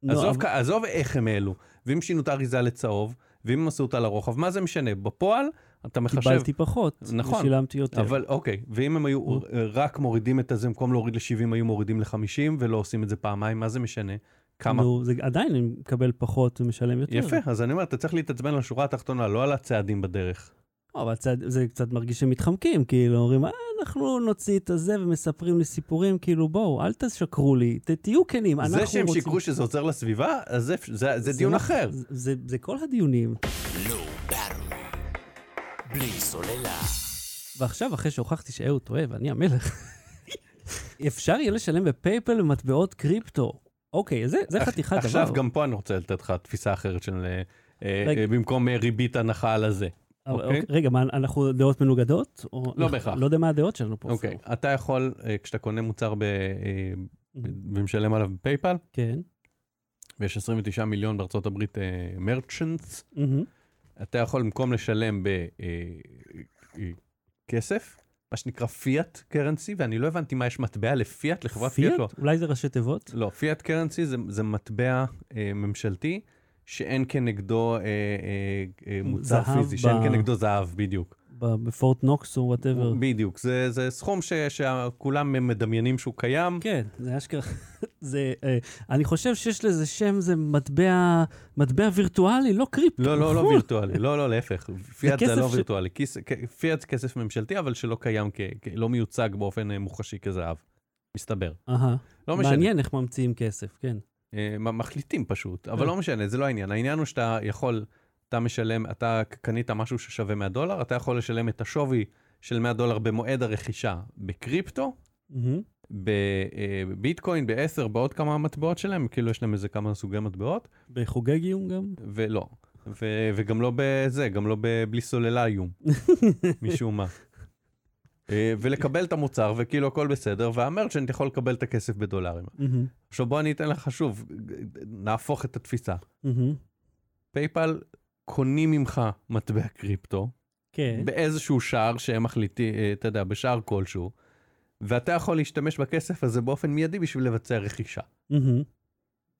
S1: לא,
S2: עזוב
S1: אבל-
S2: כ- עזוב איך הם העלו, ואם שינו את האריזה לצהוב, ואם עשו אותה לרוחב, מה זה משנה? בפועל, אתה מחשב...
S1: קיבלתי פחות,
S2: נכון,
S1: ושילמתי יותר.
S2: אבל אוקיי, ואם הם היו
S1: נו.
S2: אה, רק מורידים את הזה, במקום להוריד ל-70, היו מורידים ל-50, ולא עושים את זה פעמיים, מה זה משנה? כמה...
S1: נו, זה עדיין אני מקבל פחות ומשלם יותר.
S2: יפה, אז אני אומר, אתה צריך להתעצבן על השורה התחתונה, לא על הצעדים בדרך.
S1: לא, אבל צד, זה קצת מרגיש שמתחמקים, כאילו, אומרים, אה, אנחנו נוציא את הזה ומספרים לי סיפורים, כאילו, בואו, אל תשקרו לי, ת, תהיו כנים, אנחנו
S2: זה שהם
S1: רוצים...
S2: שיקרו שזה עוזר לסביבה, אז זה- זה זה דיון
S1: לא-
S2: אחר.
S1: זה, זה, זה כל הדיונים.
S3: לא battle. בלי סוללה.
S1: ועכשיו, אחרי שהוכחתי שאהוד טועה ואני המלך, אפשר יהיה לשלם בפייפל במטבעות קריפטו. אוקיי, זה, זה חתיכת דבר.
S2: עכשיו גם פה אני רוצה לתת לך תפיסה אחרת של אה, אה,
S1: רגע.
S2: אה, במקום אה, ריבית הנחה על הזה.
S1: אבל-
S2: אוקיי.
S1: רגע, מה, אנחנו דעות מנוגדות? או... אנחנו-
S2: בהכרח.
S1: לא יודע מה הדעות שלנו פה.
S2: אוקיי,
S1: אפילו.
S2: אתה יכול, אה, כשאתה קונה מוצר ב- אה,
S1: Mhm.
S2: ומשלם עליו בפייפל,
S1: כן.
S2: ויש 29 מיליון בארצות הברית מרצ'נטס,
S1: מהמם.
S2: אתה יכול במקום לשלם בכסף, מה שנקרא פיאט קרנסי, ואני לא הבנתי מה יש מטבע לפיאט, לחברת פיאט לא.
S1: פיאט? אולי זה ראשי תיבות?
S2: לא, פיאט קרנסי זה, זה מטבע אה, ממשלתי שאין כנגדו אה, אה, אה, מוצר
S1: זהב
S2: פיזי,
S1: ב-
S2: שאין כנגדו זהב, בדיוק.
S1: ב- בפורט נוקס או וואטאבר.
S2: בדיוק, זה, זה סכום ש, שכולם מדמיינים שהוא קיים.
S1: כן, זה אשכרה. זה, אה, אני חושב שיש לזה שם, זה מטבע, מטבע וירטואלי, לא קריפטו.
S2: לא, לא, לא
S1: נכון?
S2: וירטואלי, לא, לא, להפך, פיאט זה
S1: כסף
S2: לא
S1: ש-
S2: וירטואלי, כיס- כ- פיאט זה כסף ממשלתי, אבל שלא קיים, כ- כ- לא מיוצג באופן אה, מוחשי כזהב, מסתבר.
S1: אהה.
S2: לא משנה.
S1: מעניין איך ממציאים כסף, כן.
S2: אה, מ- מחליטים פשוט, אבל
S1: אה.
S2: לא משנה, זה לא העניין. העניין הוא שאתה יכול, אתה משלם, אתה ק- קנית משהו ששווה 100 דולר, אתה יכול לשלם את השווי של 100 דולר במועד הרכישה בקריפטו,
S1: מהמם.
S2: בביטקוין, ב-10, בעוד כמה מטבעות שלהם, כאילו יש להם איזה כמה סוגי מטבעות,
S1: בחוגי גיום גם?
S2: ולא. ו- וגם לא בזה, גם לא ב- בלי סוללה איום, משום מה. אה, ולקבל את המוצר, וכאילו הכל בסדר, והמרצ'נט יכול לקבל את הכסף בדולרים.
S1: מהמם.
S2: עכשיו בוא אני אתן לך שוב, נהפוך את התפיסה.
S1: מהמם.
S2: פייפל קונים ממך מטבע קריפטו
S1: כן.
S2: באיזשהו שער שהם מחליטים, אה, אתה יודע, בשער כלשהו, ואתה יכול להשתמש בכסף הזה באופן מיידי בשביל לבצע רכישה.
S1: מהמם.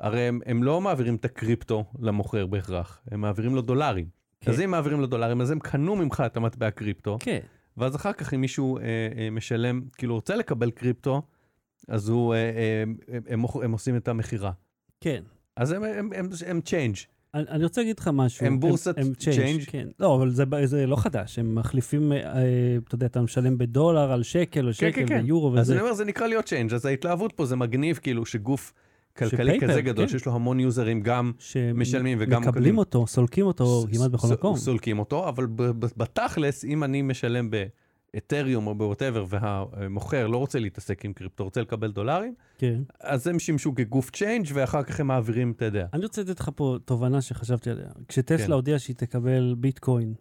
S2: הרי הם, הם לא מעבירים את הקריפטו למוכר בהכרח, הם מעבירים לו דולרים.
S1: כן.
S2: אז אם מעבירים לו דולרים, אז הם קנו ממך את המטבע קריפטו,
S1: כן.
S2: ואז אחר כך אם מישהו אה, אה, משלם, כאילו רוצה לקבל קריפטו, אז הוא, אה, אה, הם, הם, מוכ- הם עושים את המכירה.
S1: כן.
S2: אז הם, הם, הם, הם צ'יינג'.
S1: אני אני רוצה להגיד לך משהו.
S2: הם בורסת
S1: הם change,
S2: change?
S1: כן. לא, אבל זה ב- זה לא חדש, הם מחליפים, אה, אה, אתה יודע, אתה משלם בדולר על שקל או שקל
S2: כן.
S1: ויורו
S2: אז
S1: וזה.
S2: אני אומר, זה נקרא להיות צ'יינג', אז ההתלהבות פה זה מגניב, כאילו, שגוף כלכלי
S1: שפייפל,
S2: כזה גדול,
S1: כן.
S2: שיש לו המון יוזרים, גם משלמים וגם קונים.
S1: מקבלים אותו, סולקים אותו כמעט בכל
S2: ס-
S1: מקום.
S2: סולקים אותו, אבל ב- ב- בתכלס, אם אני משלם באתריום או בווטאבר, והמוכר לא רוצה להתעסק עם קריפטו, רוצה לקבל דולרים,
S1: כן.
S2: אז הם שימשו כגוף צ'יינג', ואחר כך הם מעבירים, אתה יודע.
S1: אני רוצה לתת לך פה תובנה שחשבתי עליה. כשטסלה
S2: כן.
S1: הודיעה שהיא תקבל ביטקוין,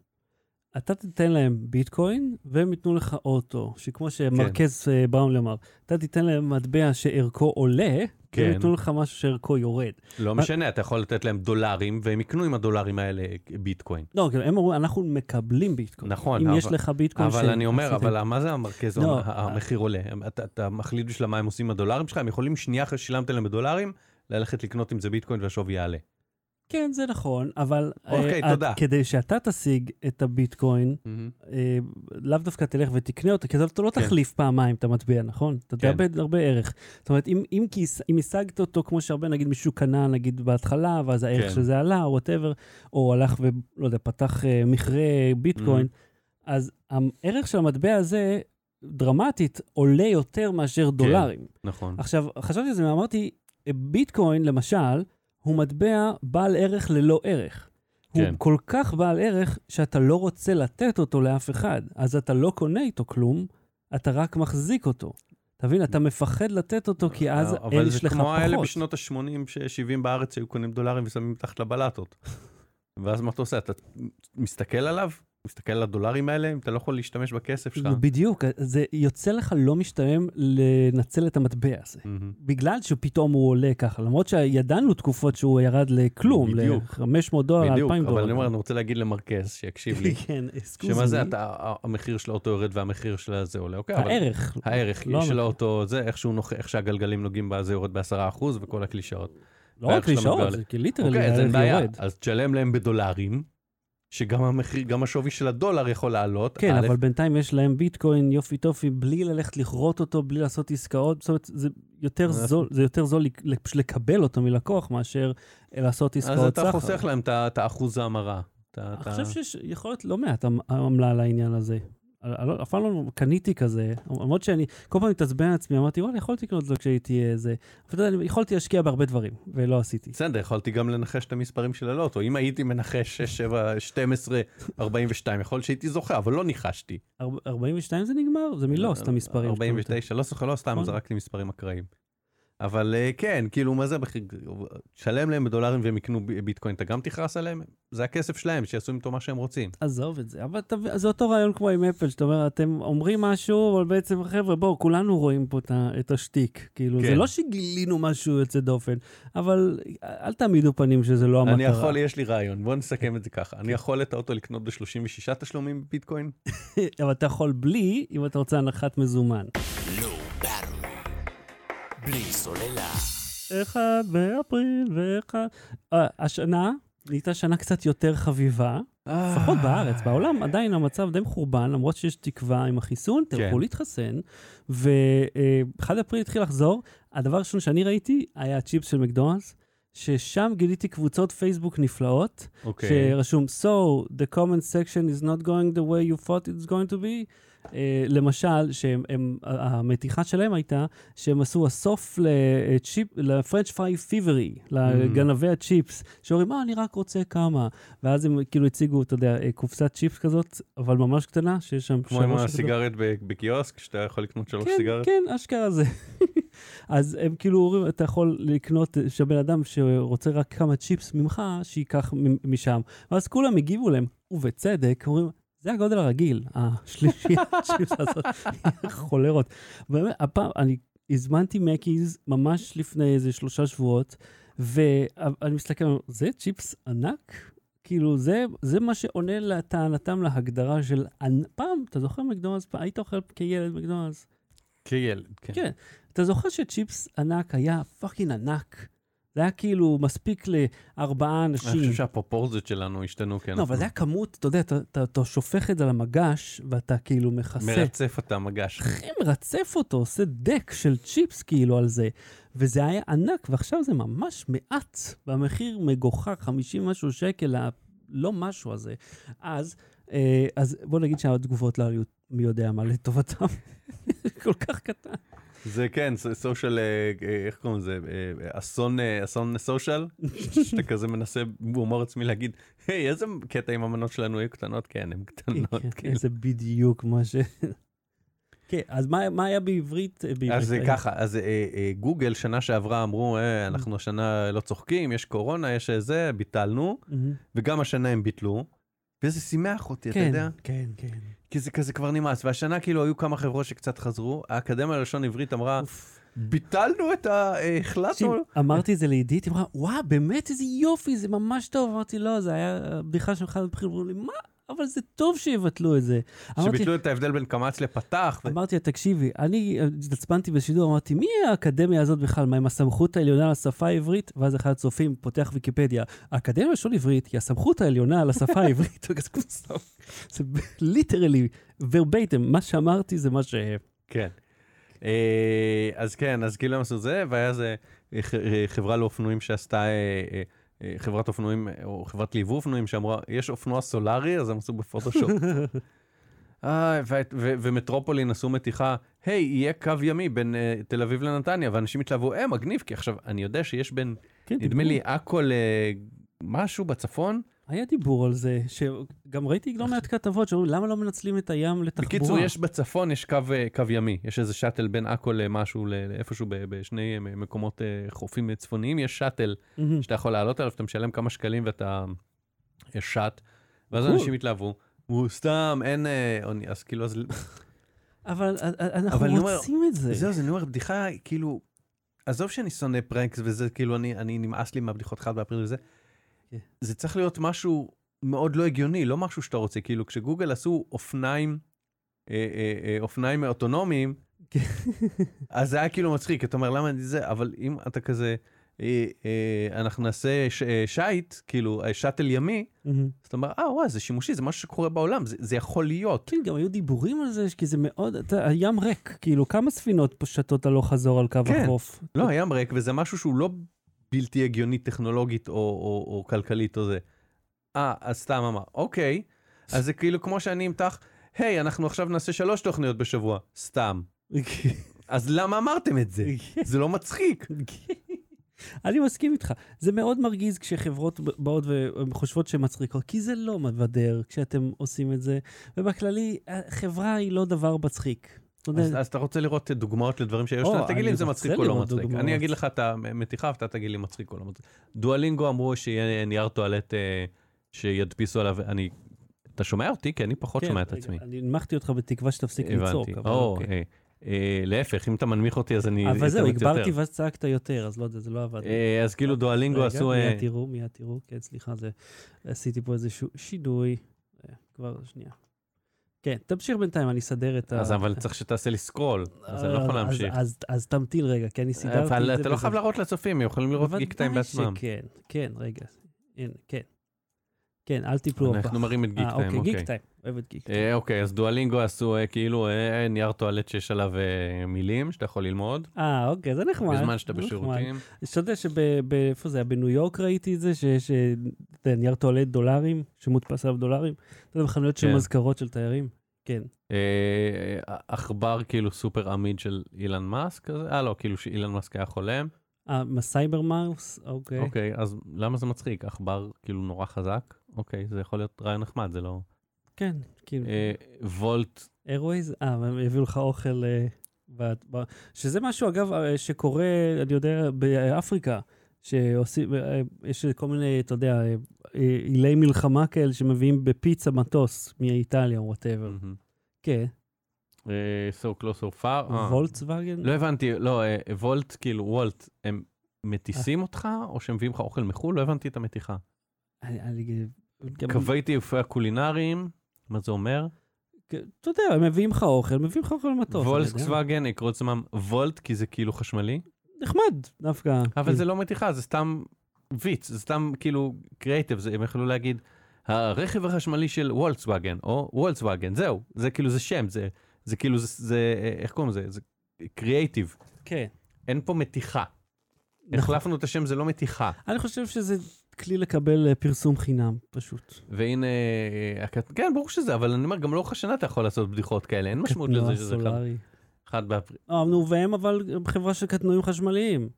S1: אתה תיתן להם ביטקוין, והם ייתנו לך אוטו, שכמו שמרכז
S2: כן.
S1: אה, בראון אמר, אתה תיתן להם מטבע שערכו עולה,
S2: כן.
S1: והם ייתנו לך משהו שערכו יורד.
S2: לא משנה, אתה יכול לתת להם דולרים, והם יקנו עם הדולרים האלה ביטקוין.
S1: לא, כאילו, הם אמרו, אנחנו מקבלים ביטקוין.
S2: נכון,
S1: אם
S2: אבל-
S1: יש לך ביטקוין...
S2: אבל
S1: של-
S2: אני אומר, אבל מה זה המרכז,
S1: לא,
S2: ה- המחיר עולה? אתה- אתה מחליט בשביל מה הם עושים עם הדולרים שלך, הם יכולים שנייה אחרי ששילמת להם בדולרים, ללכת לקנות עם זה ביטקוין והשווי יעלה.
S1: כן, זה נכון, אבל... אה,
S2: אוקיי,
S1: את-
S2: תודה.
S1: כדי שאתה תשיג את הביטקוין, אה, לאו דווקא תלך ותקנה אותה, כי אתה- אתה לא
S2: כן.
S1: תחליף פעמיים את המטבע, נכון? אתה
S2: כן.
S1: תאבד הרבה ערך. זאת אומרת, אם- אם כיס- אם השגת אותו, כמו שהרבה, נגיד מישהו קנה, נגיד בהתחלה, ואז הערך
S2: כן.
S1: של זה עלה, או וואטאבר, או הלך ולא יודע, פתח אה, מכרה ביטקוין,
S2: Mm-hmm.
S1: אז הערך של המטבע הזה, דרמטית, עולה יותר מאשר
S2: כן.
S1: דולרים.
S2: נכון.
S1: עכשיו, חשבתי על זה ואמרתי, ביטקוין, למשל, הוא מטבע בעל ערך ללא ערך. כן.
S2: כן.
S1: הוא כל כך בעל ערך, שאתה לא רוצה לתת אותו לאף אחד. אז אתה לא קונה איתו כלום, אתה רק מחזיק אותו. תבין, אתה מפחד לתת אותו, כי אז אין יש
S2: אבל זה
S1: לך
S2: כמו האלה
S1: פחות.
S2: בשנות ה-80, ש-70 בארץ, שהיו קונים דולרים ושמים מתחת לבלטות. ואז מה אתה עושה? אתה מסתכל עליו? מסתכל על הדולרים האלה? אם אתה לא יכול להשתמש בכסף שלך?
S1: בדיוק, זה יוצא לך לא משתלם לנצל את המטבע הזה.
S2: מהמם.
S1: בגלל שפתאום הוא עולה ככה, למרות שידענו תקופות שהוא ירד לכלום,
S2: בדיוק.
S1: ל-500 דולר, 2,000
S2: בדיוק,
S1: דולר.
S2: אבל אני אומר, אני רוצה להגיד למרקז, שיקשיב לי,
S1: כן, אסקוז
S2: שמה זה אתה, ה- המחיר של האוטו יורד והמחיר של הזה עולה, אוקיי, אבל
S1: כן, הערך.
S2: הערך
S1: לא
S2: של
S1: המחיר.
S2: האוטו זה, איך שהוא נוח, איך שהגלגלים נוגעים בה זה יורד בעשרה אחוז וכל הקלישאות.
S1: לא
S2: והערך
S1: רק
S2: של המטבע
S1: לשעות,
S2: עולה.
S1: זה כי ליטרלי
S2: אוקיי, אז אין
S1: הערך
S2: בעיה,
S1: יורד.
S2: אז תשלם להם בדולרים, שגם המחיר, גם השווי של הדולר יכול לעלות.
S1: כן,
S2: א',
S1: אבל בינתיים יש להם ביטקוין יופי טופי, בלי ללכת לכרות אותו, בלי לעשות עסקאות. זאת אומרת, זה יותר
S2: אנחנו-
S1: זול, זה יותר זול לק- פשוט לקבל אותו מלקוח מאשר אה, לעשות עסקאות
S2: אז
S1: סחר.
S2: אתה חוסך להם את ה- את האחוז ההמרה. אתה-
S1: אני
S2: אתה-
S1: חושב שיש יכול להיות לא מעט עמ- עמלה על העניין הזה. אני לא- אף פעם לא קניתי כזה, למרות שאני כל פעם מתעצבן על עצמי, אמרתי, וואלה, יכולתי לקנות לו כשהייתי איזה... אבל אתה יודע, אני יכולתי להשקיע בהרבה דברים, ולא עשיתי.
S2: בסדר, יכולתי גם לנחש את המספרים של הלוטו. אם הייתי מנחש 6, 7, 12, 42, יכול להיות שהייתי זוכה, אבל לא ניחשתי.
S1: ארבע- 42 זה נגמר? זה מלוסט המספרים.
S2: 49, לא זוכר, לא סתם
S1: נכון.
S2: זרקתי מספרים אקראיים. אבל אה, כן, כאילו, מה זה המחיר? תשלם להם בדולרים והם יקנו ב- ביטקוין, אתה גם תכעס עליהם? זה הכסף שלהם, שיעשו איתו מה שהם רוצים.
S1: עזוב את זה, אבל אתה, זה אותו רעיון כמו עם אפל, שאתה אומר, אתם אומרים משהו, אבל בעצם, חבר'ה, בואו, כולנו רואים פה את, ה- את השטיק. כאילו, כן. זה
S2: כן.
S1: לא שגילינו משהו יוצא דופן, אבל אל תעמידו פנים שזה לא המטרה.
S2: אני יכול, יש לי רעיון, בוא נסכם את זה ככה. אני יכול את האוטו לקנות ב-36 תשלומים בביטקוין?
S1: אבל אתה יכול בלי, אם אתה רוצה הנחת מזומן.
S3: Low Battery, לא, בלי סוללה.
S1: אחד באפריל ואחד... אה, השנה נהייתה שנה קצת יותר חביבה, אה, לפחות בארץ, בעולם עדיין המצב די מחורבן, למרות שיש תקווה עם החיסון, תלכו
S2: כן.
S1: להתחסן. ו-1 אפריל התחיל לחזור, הדבר הראשון שאני ראיתי היה הצ'יפס של מקדונלדס, ששם גיליתי קבוצות פייסבוק נפלאות,
S2: אוקיי.
S1: שרשום, So, the comment section is not going the way you thought it's going to be. אה, למשל, שהם- הם- ה- המתיחה שלהם הייתה שהם עשו הסוף לצ'יפ- לפרנץ' פריי פיברי, לגנבי
S2: Mm.
S1: הצ'יפס, שאומרים, אה, אני רק רוצה כמה. ואז הם כאילו הציגו, אתה יודע, אה, קופסת צ'יפס כזאת, אבל ממש קטנה, שיש שם
S2: כמו עם
S1: שלוש נקודות.
S2: הסיגריות ב- בקיוסק, שאתה יכול לקנות שלוש
S1: כן,
S2: סיגריות?
S1: כן, אשכרה זה. אז הם כאילו אומרים, אתה יכול לקנות, אה, שהבן אדם שרוצה רק כמה צ'יפס ממך, שייקח מ- משם. ואז כולם הגיבו להם, ובצדק, אומרים, זה הגודל הרגיל, השלישי הצ'יפס הזאת, חולרות. באמת, הפעם, אני הזמנתי מקיז ממש לפני איזה שלושה שבועות, ואני מסתכל, זה צ'יפס ענק? כאילו, זה, זה מה שעונה לטענתם להגדרה של... ענ- פעם, אתה זוכר מקדונלדס? פעם, היית אוכל כילד מקדונלדס?
S2: כילד, כן.
S1: כן. אתה זוכר שצ'יפס ענק היה פאקינג ענק? זה היה כאילו מספיק לארבעה
S2: אני
S1: אנשים.
S2: חושב שהפרופורציות שלנו השתנו, כן.
S1: לא, אבל זה היה כמות, אתה יודע, אתה- אתה אתה שופך את זה למגש, ואתה כאילו מכסה.
S2: מרצף את המגש.
S1: אחי, מרצף אותו, עושה דק של צ'יפס כאילו על זה. וזה היה ענק, ועכשיו זה ממש מעט, והמחיר מגוחך, 50 משהו שקל, ה- לא משהו הזה. אז, אה, אז בוא נגיד שהתגובות לא היו מי יודע מה לטובתם. כל כך קטן.
S2: זה כן, סושיאל, איך קוראים לזה, אה, אסון, אה, אסון סושיאל, שאתה כזה מנסה בהומור עצמי להגיד, היי, איזה קטע עם המנות שלנו היו קטנות? כן, הן קטנות,
S1: כן,
S2: כאילו.
S1: זה בדיוק מה ש... כן, אז מה מה היה בעברית? אה, בעברית
S2: אז זה
S1: היה-
S2: ככה, אז אה, אה, גוגל שנה שעברה אמרו, "אה, אנחנו השנה לא צוחקים, יש קורונה, יש אה, זה, ביטלנו,
S1: מהמם.
S2: וגם השנה הם ביטלו. וזה שימח אותי, אתה
S1: כן,
S2: יודע?
S1: כן, כן.
S2: כי זה כזה כבר נמאס. והשנה כאילו היו כמה חברות שקצת חזרו, האקדמיה ללשון עברית אמרה,
S1: אוף.
S2: ביטלנו את ה...
S1: תקשיב,
S2: אה, החלטנו...
S1: אמרתי את זה לעידית, היא אמרה, וואו, באמת איזה יופי, זה ממש טוב. אמרתי, לא, זה היה בדיחה של אחד הבכירים, אמרו לי, מה? אבל זה טוב שיבטלו את זה. אמרתי,
S2: שביטלו את ההבדל בין קמ"ץ לפתח. ו-
S1: אמרתי לה, תקשיבי, אני התעצבנתי בשידור, אמרתי, מי האקדמיה הזאת בכלל? מה, עם הסמכות העליונה על השפה העברית? ואז אחד הצופים פותח ויקיפדיה, האקדמיה ללשון עברית היא הסמכות העליונה על השפה העברית. וכזה כמו סתם. זה ליטרלי, verbatim, מה שאמרתי זה מה ש...
S2: כן. אה, אז כן, אז כאילו הם עשו זה, והיה זה אה, ח- אה, חברה לאופנועים שעשתה, אה, אה, אה, חברת אופנועים, אה, או חברת ליווי אופנועים, שאמרה, יש אופנוע סולארי, אז הם עשו בפוטושופ. אה, ו- ו- ומטרופולין עשו מתיחה, היי, יהיה קו ימי בין אה, תל אביב לנתניה, ואנשים התלהבו, אה, מגניב, כי עכשיו, אני יודע שיש בין,
S1: כן,
S2: נדמה לי, עכו ל... משהו בצפון.
S1: היה דיבור על זה, שגם ראיתי לא מעט כתבות שאומרים, למה לא מנצלים את הים לתחבורה?
S2: בקיצור, יש בצפון, יש קו, אה, קו ימי, יש איזה שאטל בין עכו למשהו, ל- לאיפשהו ב- בשני אה, מקומות אה, חופים צפוניים, יש שאטל
S1: מהמם.
S2: שאתה יכול לעלות עליו, אתה משלם כמה שקלים ואתה יש שט, ואז
S1: קול.
S2: אנשים התלהבו, הוא סתם, אין, אה, אוני- אז כאילו, אז
S1: אבל אה, אה, אנחנו
S2: אבל אני אומר,
S1: רוצים את זה.
S2: זהו, זה אני אומר, בדיחה, כאילו, עזוב שאני שונא פרנקס וזה, כאילו, אני, אני נמאס לי מהבדיחות חד באפריל וזה.
S1: כן.
S2: זה צריך להיות משהו מאוד לא הגיוני, לא משהו שאתה רוצה. כאילו, כשגוגל עשו אופניים, אה, אה, אה, אופניים אוטונומיים,
S1: כן.
S2: אז זה היה כאילו מצחיק, אתה אומר, למה אני זה? אבל אם אתה כזה, אה, אה, אנחנו נעשה ש, אה, שיט, כאילו, אה, שאטל ימי,
S1: מהמם.
S2: אז אתה אומר, אה, וואי, זה שימושי, זה משהו שקורה בעולם, זה, זה יכול להיות.
S1: כן, גם היו דיבורים על זה, כי זה מאוד, אתה, הים ריק, כאילו, כמה ספינות פה שטות הלוך חזור על קו
S2: כן.
S1: החוף?
S2: לא, הים ריק, וזה משהו שהוא לא בלתי הגיוני טכנולוגית או, או, או כלכלית או זה. אה, אז סתם אמר, אוקיי. אז זה כאילו כמו שאני אמתח, היי, אנחנו עכשיו נעשה שלוש תוכניות בשבוע, סתם. אז למה אמרתם את זה? זה לא מצחיק.
S1: אני מסכים איתך. זה מאוד מרגיז כשחברות ב- באות וחושבות שהן מצחיקות, כי זה לא מבדר כשאתם עושים את זה. ובכללי, חברה היא לא דבר מצחיק. אתה יודע,
S2: אז, אז אתה רוצה לראות דוגמאות לדברים שהיו
S1: או,
S2: שלנו, תגיד לי אם
S1: אני
S2: זה
S1: רוצה
S2: מצחיק או לא
S1: לראות
S2: מצחיק.
S1: דוגמאות.
S2: אני אגיד לך את המתיחה ואתה תגיד לי מצחיק או לא מצחיק. דואלינגו אמרו שיהיה נייר טואלט אה, שידפיסו עליו, אני... אתה שומע אותי? כי אני פחות
S1: כן,
S2: שומע את
S1: רגע,
S2: עצמי.
S1: אני הנמכתי אותך בתקווה שתפסיק לצעוק.
S2: הבנתי.
S1: אבל
S2: או,
S1: אוקיי.
S2: אה, אה, להפך, אם אתה מנמיך אותי אז אני...
S1: אבל זהו,
S2: אתאמץ
S1: הגברתי
S2: יותר.
S1: ואז צעקת יותר, אז לא יודע, זה לא עבד.
S2: אה, אז כאילו דואלינגו
S1: רגע,
S2: עשו... אה,
S1: מיד תראו, מיד תראו, כן, סליחה, זה... עשיתי פה איזשהו שינוי. אה, כבר שנייה. כן, תמשיך בינתיים, אני אסדר את ה...
S2: אז אבל צריך שתעשה לי סקרול, אז אני לא
S1: אה,
S2: יכול להמשיך.
S1: אז- אז תמתין רגע, כי אני סידרתי את זה.
S2: אבל אתה לא
S1: בזה.
S2: חייב להראות לצופים, הם יכולים לראות גיקטיים בעצמם.
S1: בוודאי שכן, כן, רגע. הנה, כן. כן, אל תיפלו הפעם.
S2: אנחנו מראים את
S1: אה,
S2: גיקטיים, אוקיי.
S1: גיקטיים, אוהב את גיקטיים.
S2: אה, אוקיי, אז דואלינגו עשו אה, כאילו אה, אה, נייר טואלט שיש עליו אה, מילים שאתה יכול ללמוד,
S1: אה, אוקיי, זה נחמד.
S2: בזמן שאתה
S1: זה נחמד.
S2: בשירותים.
S1: אתה יודע שבאיפה זה היה? בניו יורק ראיתי את זה, שיש אה, אתה יודע, נייר טואלט דולרים, שמודפס עליו דולרים. אתה יודע, בחנויות של
S2: כן.
S1: מזכרות של תיירים. כן.
S2: אה, אה, עכבר כאילו סופר עמיד של אילן מאסק, כזה? אה לא, כאילו שאילן מאסק היה חולם.
S1: אה, מה, סייבר מאוס? אוקיי.
S2: אוקיי, אז למה זה מצחיק? עכבר כאילו נורא חזק? אוקיי, זה יכול להיות רעיון נחמד, זה לא...
S1: כן, כאילו,
S2: אה, וולט,
S1: איירווייז, אה, הם הביאו לך אוכל, אה, ב- ב- שזה משהו, אגב, אה, שקורה, אני יודע, באפריקה, שעושים, אה, יש כל מיני, אתה יודע, אה, אה, עילי מלחמה כאלה שמביאים בפיצה מטוס מאיטליה, וואטאבר.
S2: מהמם.
S1: כן,
S2: אה, so close so far. אה.
S1: וולצווגן?
S2: לא הבנתי, לא, אה, וולט, כאילו, וולט, הם מטיסים אותך, או שהם מביאים לך אוכל מחו"ל? לא הבנתי את המתיחה.
S1: אני- אני- גם-
S2: קווי תעופה הקולינריים, מה זה אומר?
S1: כן, אתה יודע, הם מביאים לך אוכל, מביאים לך אוכל מטוס. אני יודע.
S2: וולקסווגן יקראו את עצמם וולט, כי זה כאילו חשמלי,
S1: נחמד, דווקא. כן.
S2: אבל זה לא מתיחה, זה סתם ויץ, זה סתם כאילו קריאייטיב, זה- הם יכלו להגיד, הרכב החשמלי של וולקסווגן, או וולקסווגן, זהו, זה כאילו, זה שם, זה- זה כאילו, זה- זה, אה, איך קוראים לזה? זה קריאייטיב.
S1: כן.
S2: אין פה מתיחה.
S1: נכון.
S2: החלפנו את השם, זה לא מתיחה.
S1: אני חושב שזה כלי לקבל אה, פרסום חינם, פשוט.
S2: והנה, אה, הקט- כן, ברור שזה, אבל אני אומר, גם לאורך השנה אתה יכול לעשות בדיחות כאלה, אין משמעות
S1: קטנוע
S2: לזה שזה אחד-
S1: סולארי.
S2: אחד באפריל.
S1: אה, נו, והם אבל חברה של קטנועים חשמליים.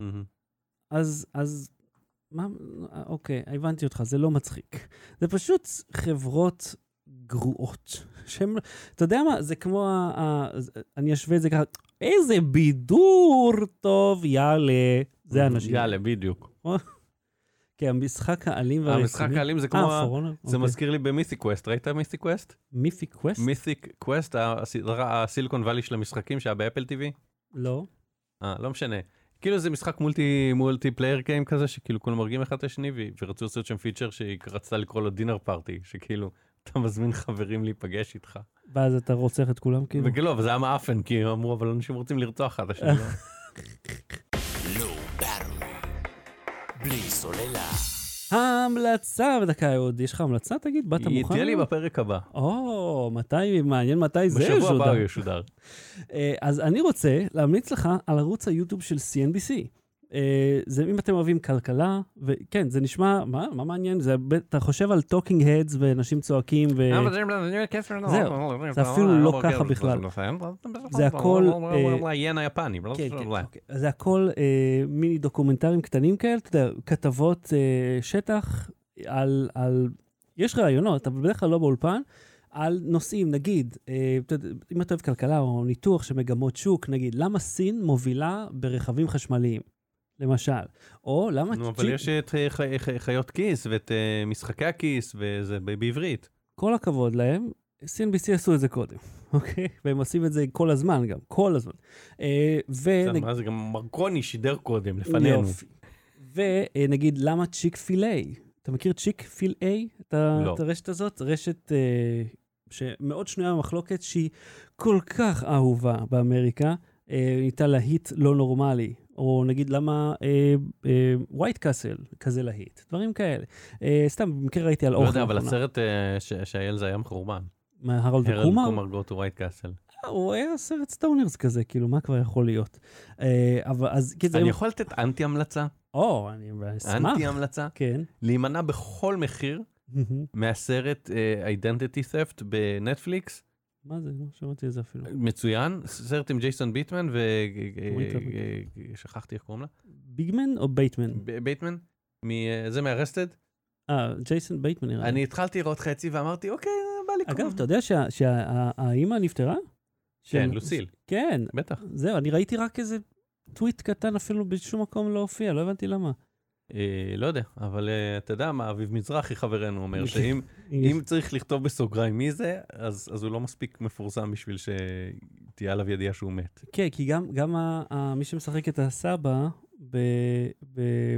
S2: מהמם.
S1: אז, אז, מה, אה, אוקיי, הבנתי אותך, זה לא מצחיק. זה פשוט חברות גרועות. שהם, אתה יודע מה, זה כמו, ה, ה, אני אשווה את זה ככה, איזה בידור טוב, יאללה. זה האנשים.
S2: יאללה, בדיוק.
S1: כי המשחק האלים והרציני...
S2: המשחק האלים זה כמו...
S1: לא, אה,
S2: ה-
S1: פורונה?
S2: זה מזכיר לי במית'יק קווסט, ראית מית'יק קווסט?
S1: מיפי קווסט?
S2: מית'יק קווסט, הסדרה, הסיליקון וואלי של המשחקים שהיה באפל TV?
S1: לא.
S2: אה, לא משנה. כאילו זה משחק מולטי מולטי פלייר גיים כזה שכאילו כולם מרגים אחד את השני ו- ורצו לעשות שם פיצ'ר שרצתה לקרוא לו דינר פארטי שכאילו אתה מזמין חברים להיפגש איתך.
S1: ואז אתה רוצח את כולם כאילו?
S2: וכאילו לא, אבל זה היה מאפן כי הם אמרו אבל אנשים רוצים לרצוח אחד את
S1: אה,
S2: השני. לא?"
S3: Low Battery. בלי סוללה.
S1: ההמלצה, ודקה עוד, יש לך המלצה תגיד? באת
S2: היא
S1: מוכן?
S2: תהיה לי
S1: היום?
S2: בפרק הבא.
S1: או, מתי, מעניין מתי זה
S2: בשבוע הבא
S1: ישודר.
S2: הוא ישודר.
S1: אה, אז אני רוצה להמליץ לך על ערוץ היוטיוב של CNBC. אה, זה אם אתם אוהבים כלכלה, וכן, זה נשמע, מה, מה מעניין? זה, ב- אתה חושב על טוקינג הדס ואנשים צועקים,
S2: אה,
S1: ו...
S2: זהו,
S1: אה, זה אפילו כן, לא ככה בכלל. זה הכל, אה,
S2: ין היפני.
S1: כן, כן, אוקיי. אז זה הכל אה, מיני דוקומנטרים קטנים כאלה, אתה יודע, כתבות אה, שטח על, על... יש רעיונות, אבל בדרך כלל לא באולפן, על נושאים, נגיד, אה, אתה יודע, אם אתה אוהב כלכלה או ניתוח של מגמות שוק, נגיד, למה סין מובילה ברכבים חשמליים, למשל, או למה...
S2: נו, אבל
S1: צ'י-
S2: יש את אה, ח- ח- חיות כיס ואת אה, משחקי הכיס וזה ב- בעברית.
S1: כל הכבוד להם, CNBC עשו את זה קודם, אוקיי? והם עושים את זה כל הזמן גם, כל הזמן. אה,
S2: זה
S1: ונגיד...
S2: מה זה גם מרקוני שידר קודם לפנינו.
S1: ונגיד, למה צ'יק פיל-איי? אתה מכיר צ'יק פיל-איי? את ה-
S2: לא.
S1: את הרשת הזאת? רשת אה, שמאוד שנויה במחלוקת, שהיא כל כך אהובה באמריקה, אה, נהייתה להיט לא נורמלי. או נגיד, למה אה, ווייט קאסל כזה להיט? דברים כאלה. אה, סתם, במקרה ראיתי על
S2: לא
S1: אוכל.
S2: יודע, אבל
S1: לאחרונה.
S2: הסרט אה, ש- שהיה לזה היה מחורבן.
S1: מה, הרולד
S2: הרלד
S1: וקומר?
S2: קומר גו טו ווייט קאסל.
S1: הוא היה סרט סטונרס כזה, כאילו, מה כבר יכול להיות? אה, אבל אז, כאילו,
S2: אני יכול לתת אנטי המלצה?
S1: או, אני אשמח.
S2: אנטי המלצה?
S1: כן.
S2: להימנע בכל מחיר מהסרט אה, Identity Theft בנטפליקס.
S1: מה זה? לא שמעתי את זה אפילו.
S2: מצוין, סרט עם ג'ייסון ביטמן ו...
S1: ווינטר
S2: אה, אה, שכחתי איך קוראים לה.
S1: ביגמן או בייטמן?
S2: ב- בייטמן? מ- זה מארסטד?
S1: אה, ג'ייסון בייטמן נראה לי.
S2: אני התחלתי לראות חצי ואמרתי, אוקיי, בא לי
S1: אגב, אתה יודע שהאימא נפטרה?
S2: כן,
S1: של-
S2: לוסיל,
S1: כן,
S2: בטח.
S1: זהו, אני ראיתי רק איזה טוויט קטן אפילו בשום מקום לא הופיע, לא הבנתי למה.
S2: אה, לא יודע, אבל אה, אתה יודע מה, אביב מזרחי חברנו אומר, שאם
S1: אם-
S2: אם צריך לכתוב בסוגריים מי זה, אז אז הוא לא מספיק מפורסם בשביל שתהיה עליו ידיעה שהוא מת.
S1: כן, כי גם- גם ה- ה- מי שמשחק את הסבא, ב... ב-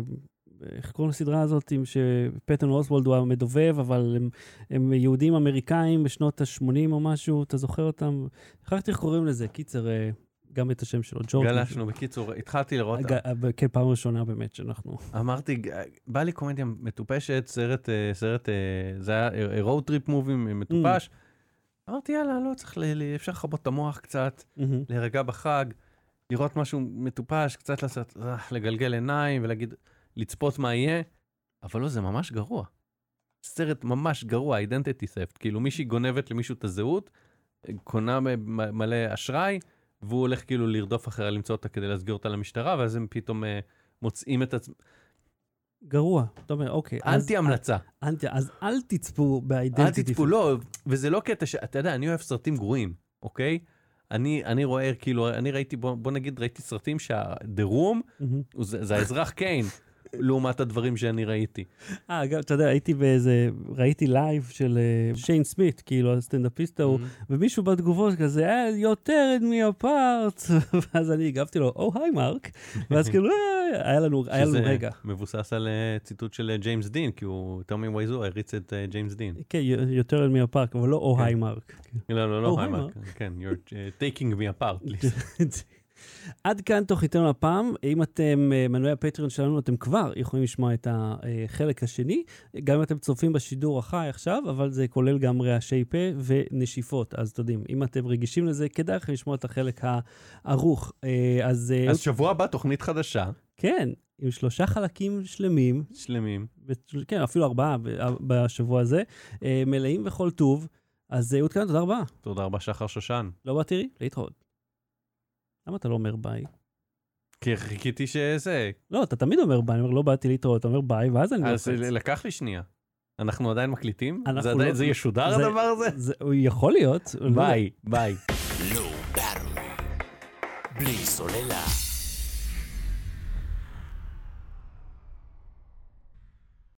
S1: ב- איך קוראים לסדרה הזאת, עם שפטן אוסוולד הוא המדובב, אבל הם, הם יהודים אמריקאים בשנות ה-80 או משהו, אתה זוכר אותם? שכחתי איך קוראים לזה, קיצר, אה, גם את השם שלו, ג'ורג'. משהו.
S2: גלשנו, בקיצור, התחלתי לראות,
S1: אג- אבל כן, פעם ראשונה באמת שאנחנו...
S2: אמרתי, "ג- בא לי קומדיה מטופשת, סרט, אה, סרט, אה, זה היה רואוד טריפ מובי מטופש. אמרתי, יאללה, לא צריך, ל- ל- אפשר לכבות את המוח קצת. להירגע בחג, לראות משהו מטופש, קצת לעשות, אה, לגלגל עיניים ולהגיד, לצפות מה יהיה, אבל לא, זה ממש גרוע. סרט ממש גרוע, אידנטיטי ספט, כאילו מישהי גונבת למישהו את הזהות, קונה מ- מ- מלא אשראי, והוא הולך כאילו לרדוף אחריה למצוא אותה כדי להסגיר אותה למשטרה, ואז הם פתאום אה, מוצאים את עצמם,
S1: גרוע. אתה אומר, אוקיי, אז-
S2: אנטי המלצה,
S1: אנטי, אז אל תצפו באידנטיטי.
S2: אל תצפו, לא, וזה לא קטע ש... אתה יודע, אני אוהב סרטים גרועים, אוקיי? אני, אני רואה, כאילו, אני ראיתי, בוא, בוא נגיד, ראיתי סרטים שה-The Room הוא- זה זה האזרח קיין, לעומת הדברים שאני ראיתי.
S1: אה, גם, אתה יודע, הייתי באיזה, ראיתי לייב של אה, שיין סמית, כאילו, הסטנדאפיסט ההוא,
S2: Mm-hmm.
S1: ומישהו בתגובות כזה, אה, יותר את מי הפארט, ואז אני הגבתי לו, או היי מרק, ואז כאילו, "אה", היה לנו, היה לנו
S2: שזה
S1: רגע.
S2: מבוסס על אה, ציטוט של אה, ג'יימס דין, כי הוא, טומי וייזו הריץ את אה, ג'יימס דין.
S1: כן, "י- יותר את מי הפארק, אבל לא או
S2: כן.
S1: היי מרק.
S2: לא, לא,
S1: Oh,
S2: לא,
S1: hi,
S2: היימרק. כן, you're אה, taking me apart.
S1: עד כאן תוכניתנו הפעם. אם אתם אה, מנויי הפטריון שלנו, אתם כבר יכולים לשמוע את החלק השני. גם אם אתם צופים בשידור החי עכשיו, אבל זה כולל גם רעשי פה ונשיפות, אז אתם יודעים, אם אתם רגישים לזה, כדאי לכם לשמוע את החלק הערוך. אה, אז אה,
S2: אז שבוע הבא תוכנית חדשה,
S1: כן, עם שלושה חלקים שלמים,
S2: שלמים.
S1: ב- כן, אפילו ארבעה ב- בשבוע הזה, אה, מלאים בכל טוב. אז אה, אהוד כאן, תודה רבה.
S2: תודה רבה, שחר שושן.
S1: לא באתי לי, להתראות. למה אתה לא אומר ביי?
S2: כי חיכיתי שזה,
S1: לא, אתה תמיד אומר ביי, אני אומר, לא באתי להתראות, אתה אומר ביי, ואז אני לוחץ.
S2: אז אה, לקח לי שנייה. אנחנו עדיין מקליטים?
S1: לא אנחנו
S2: זה עדיין-
S1: לא-
S2: זה ישודר
S1: זה-
S2: הדבר הזה?
S1: זה הוא יכול להיות. הוא לא יודע.
S2: ביי, ביי.
S3: Low Battery. בלי סוללה.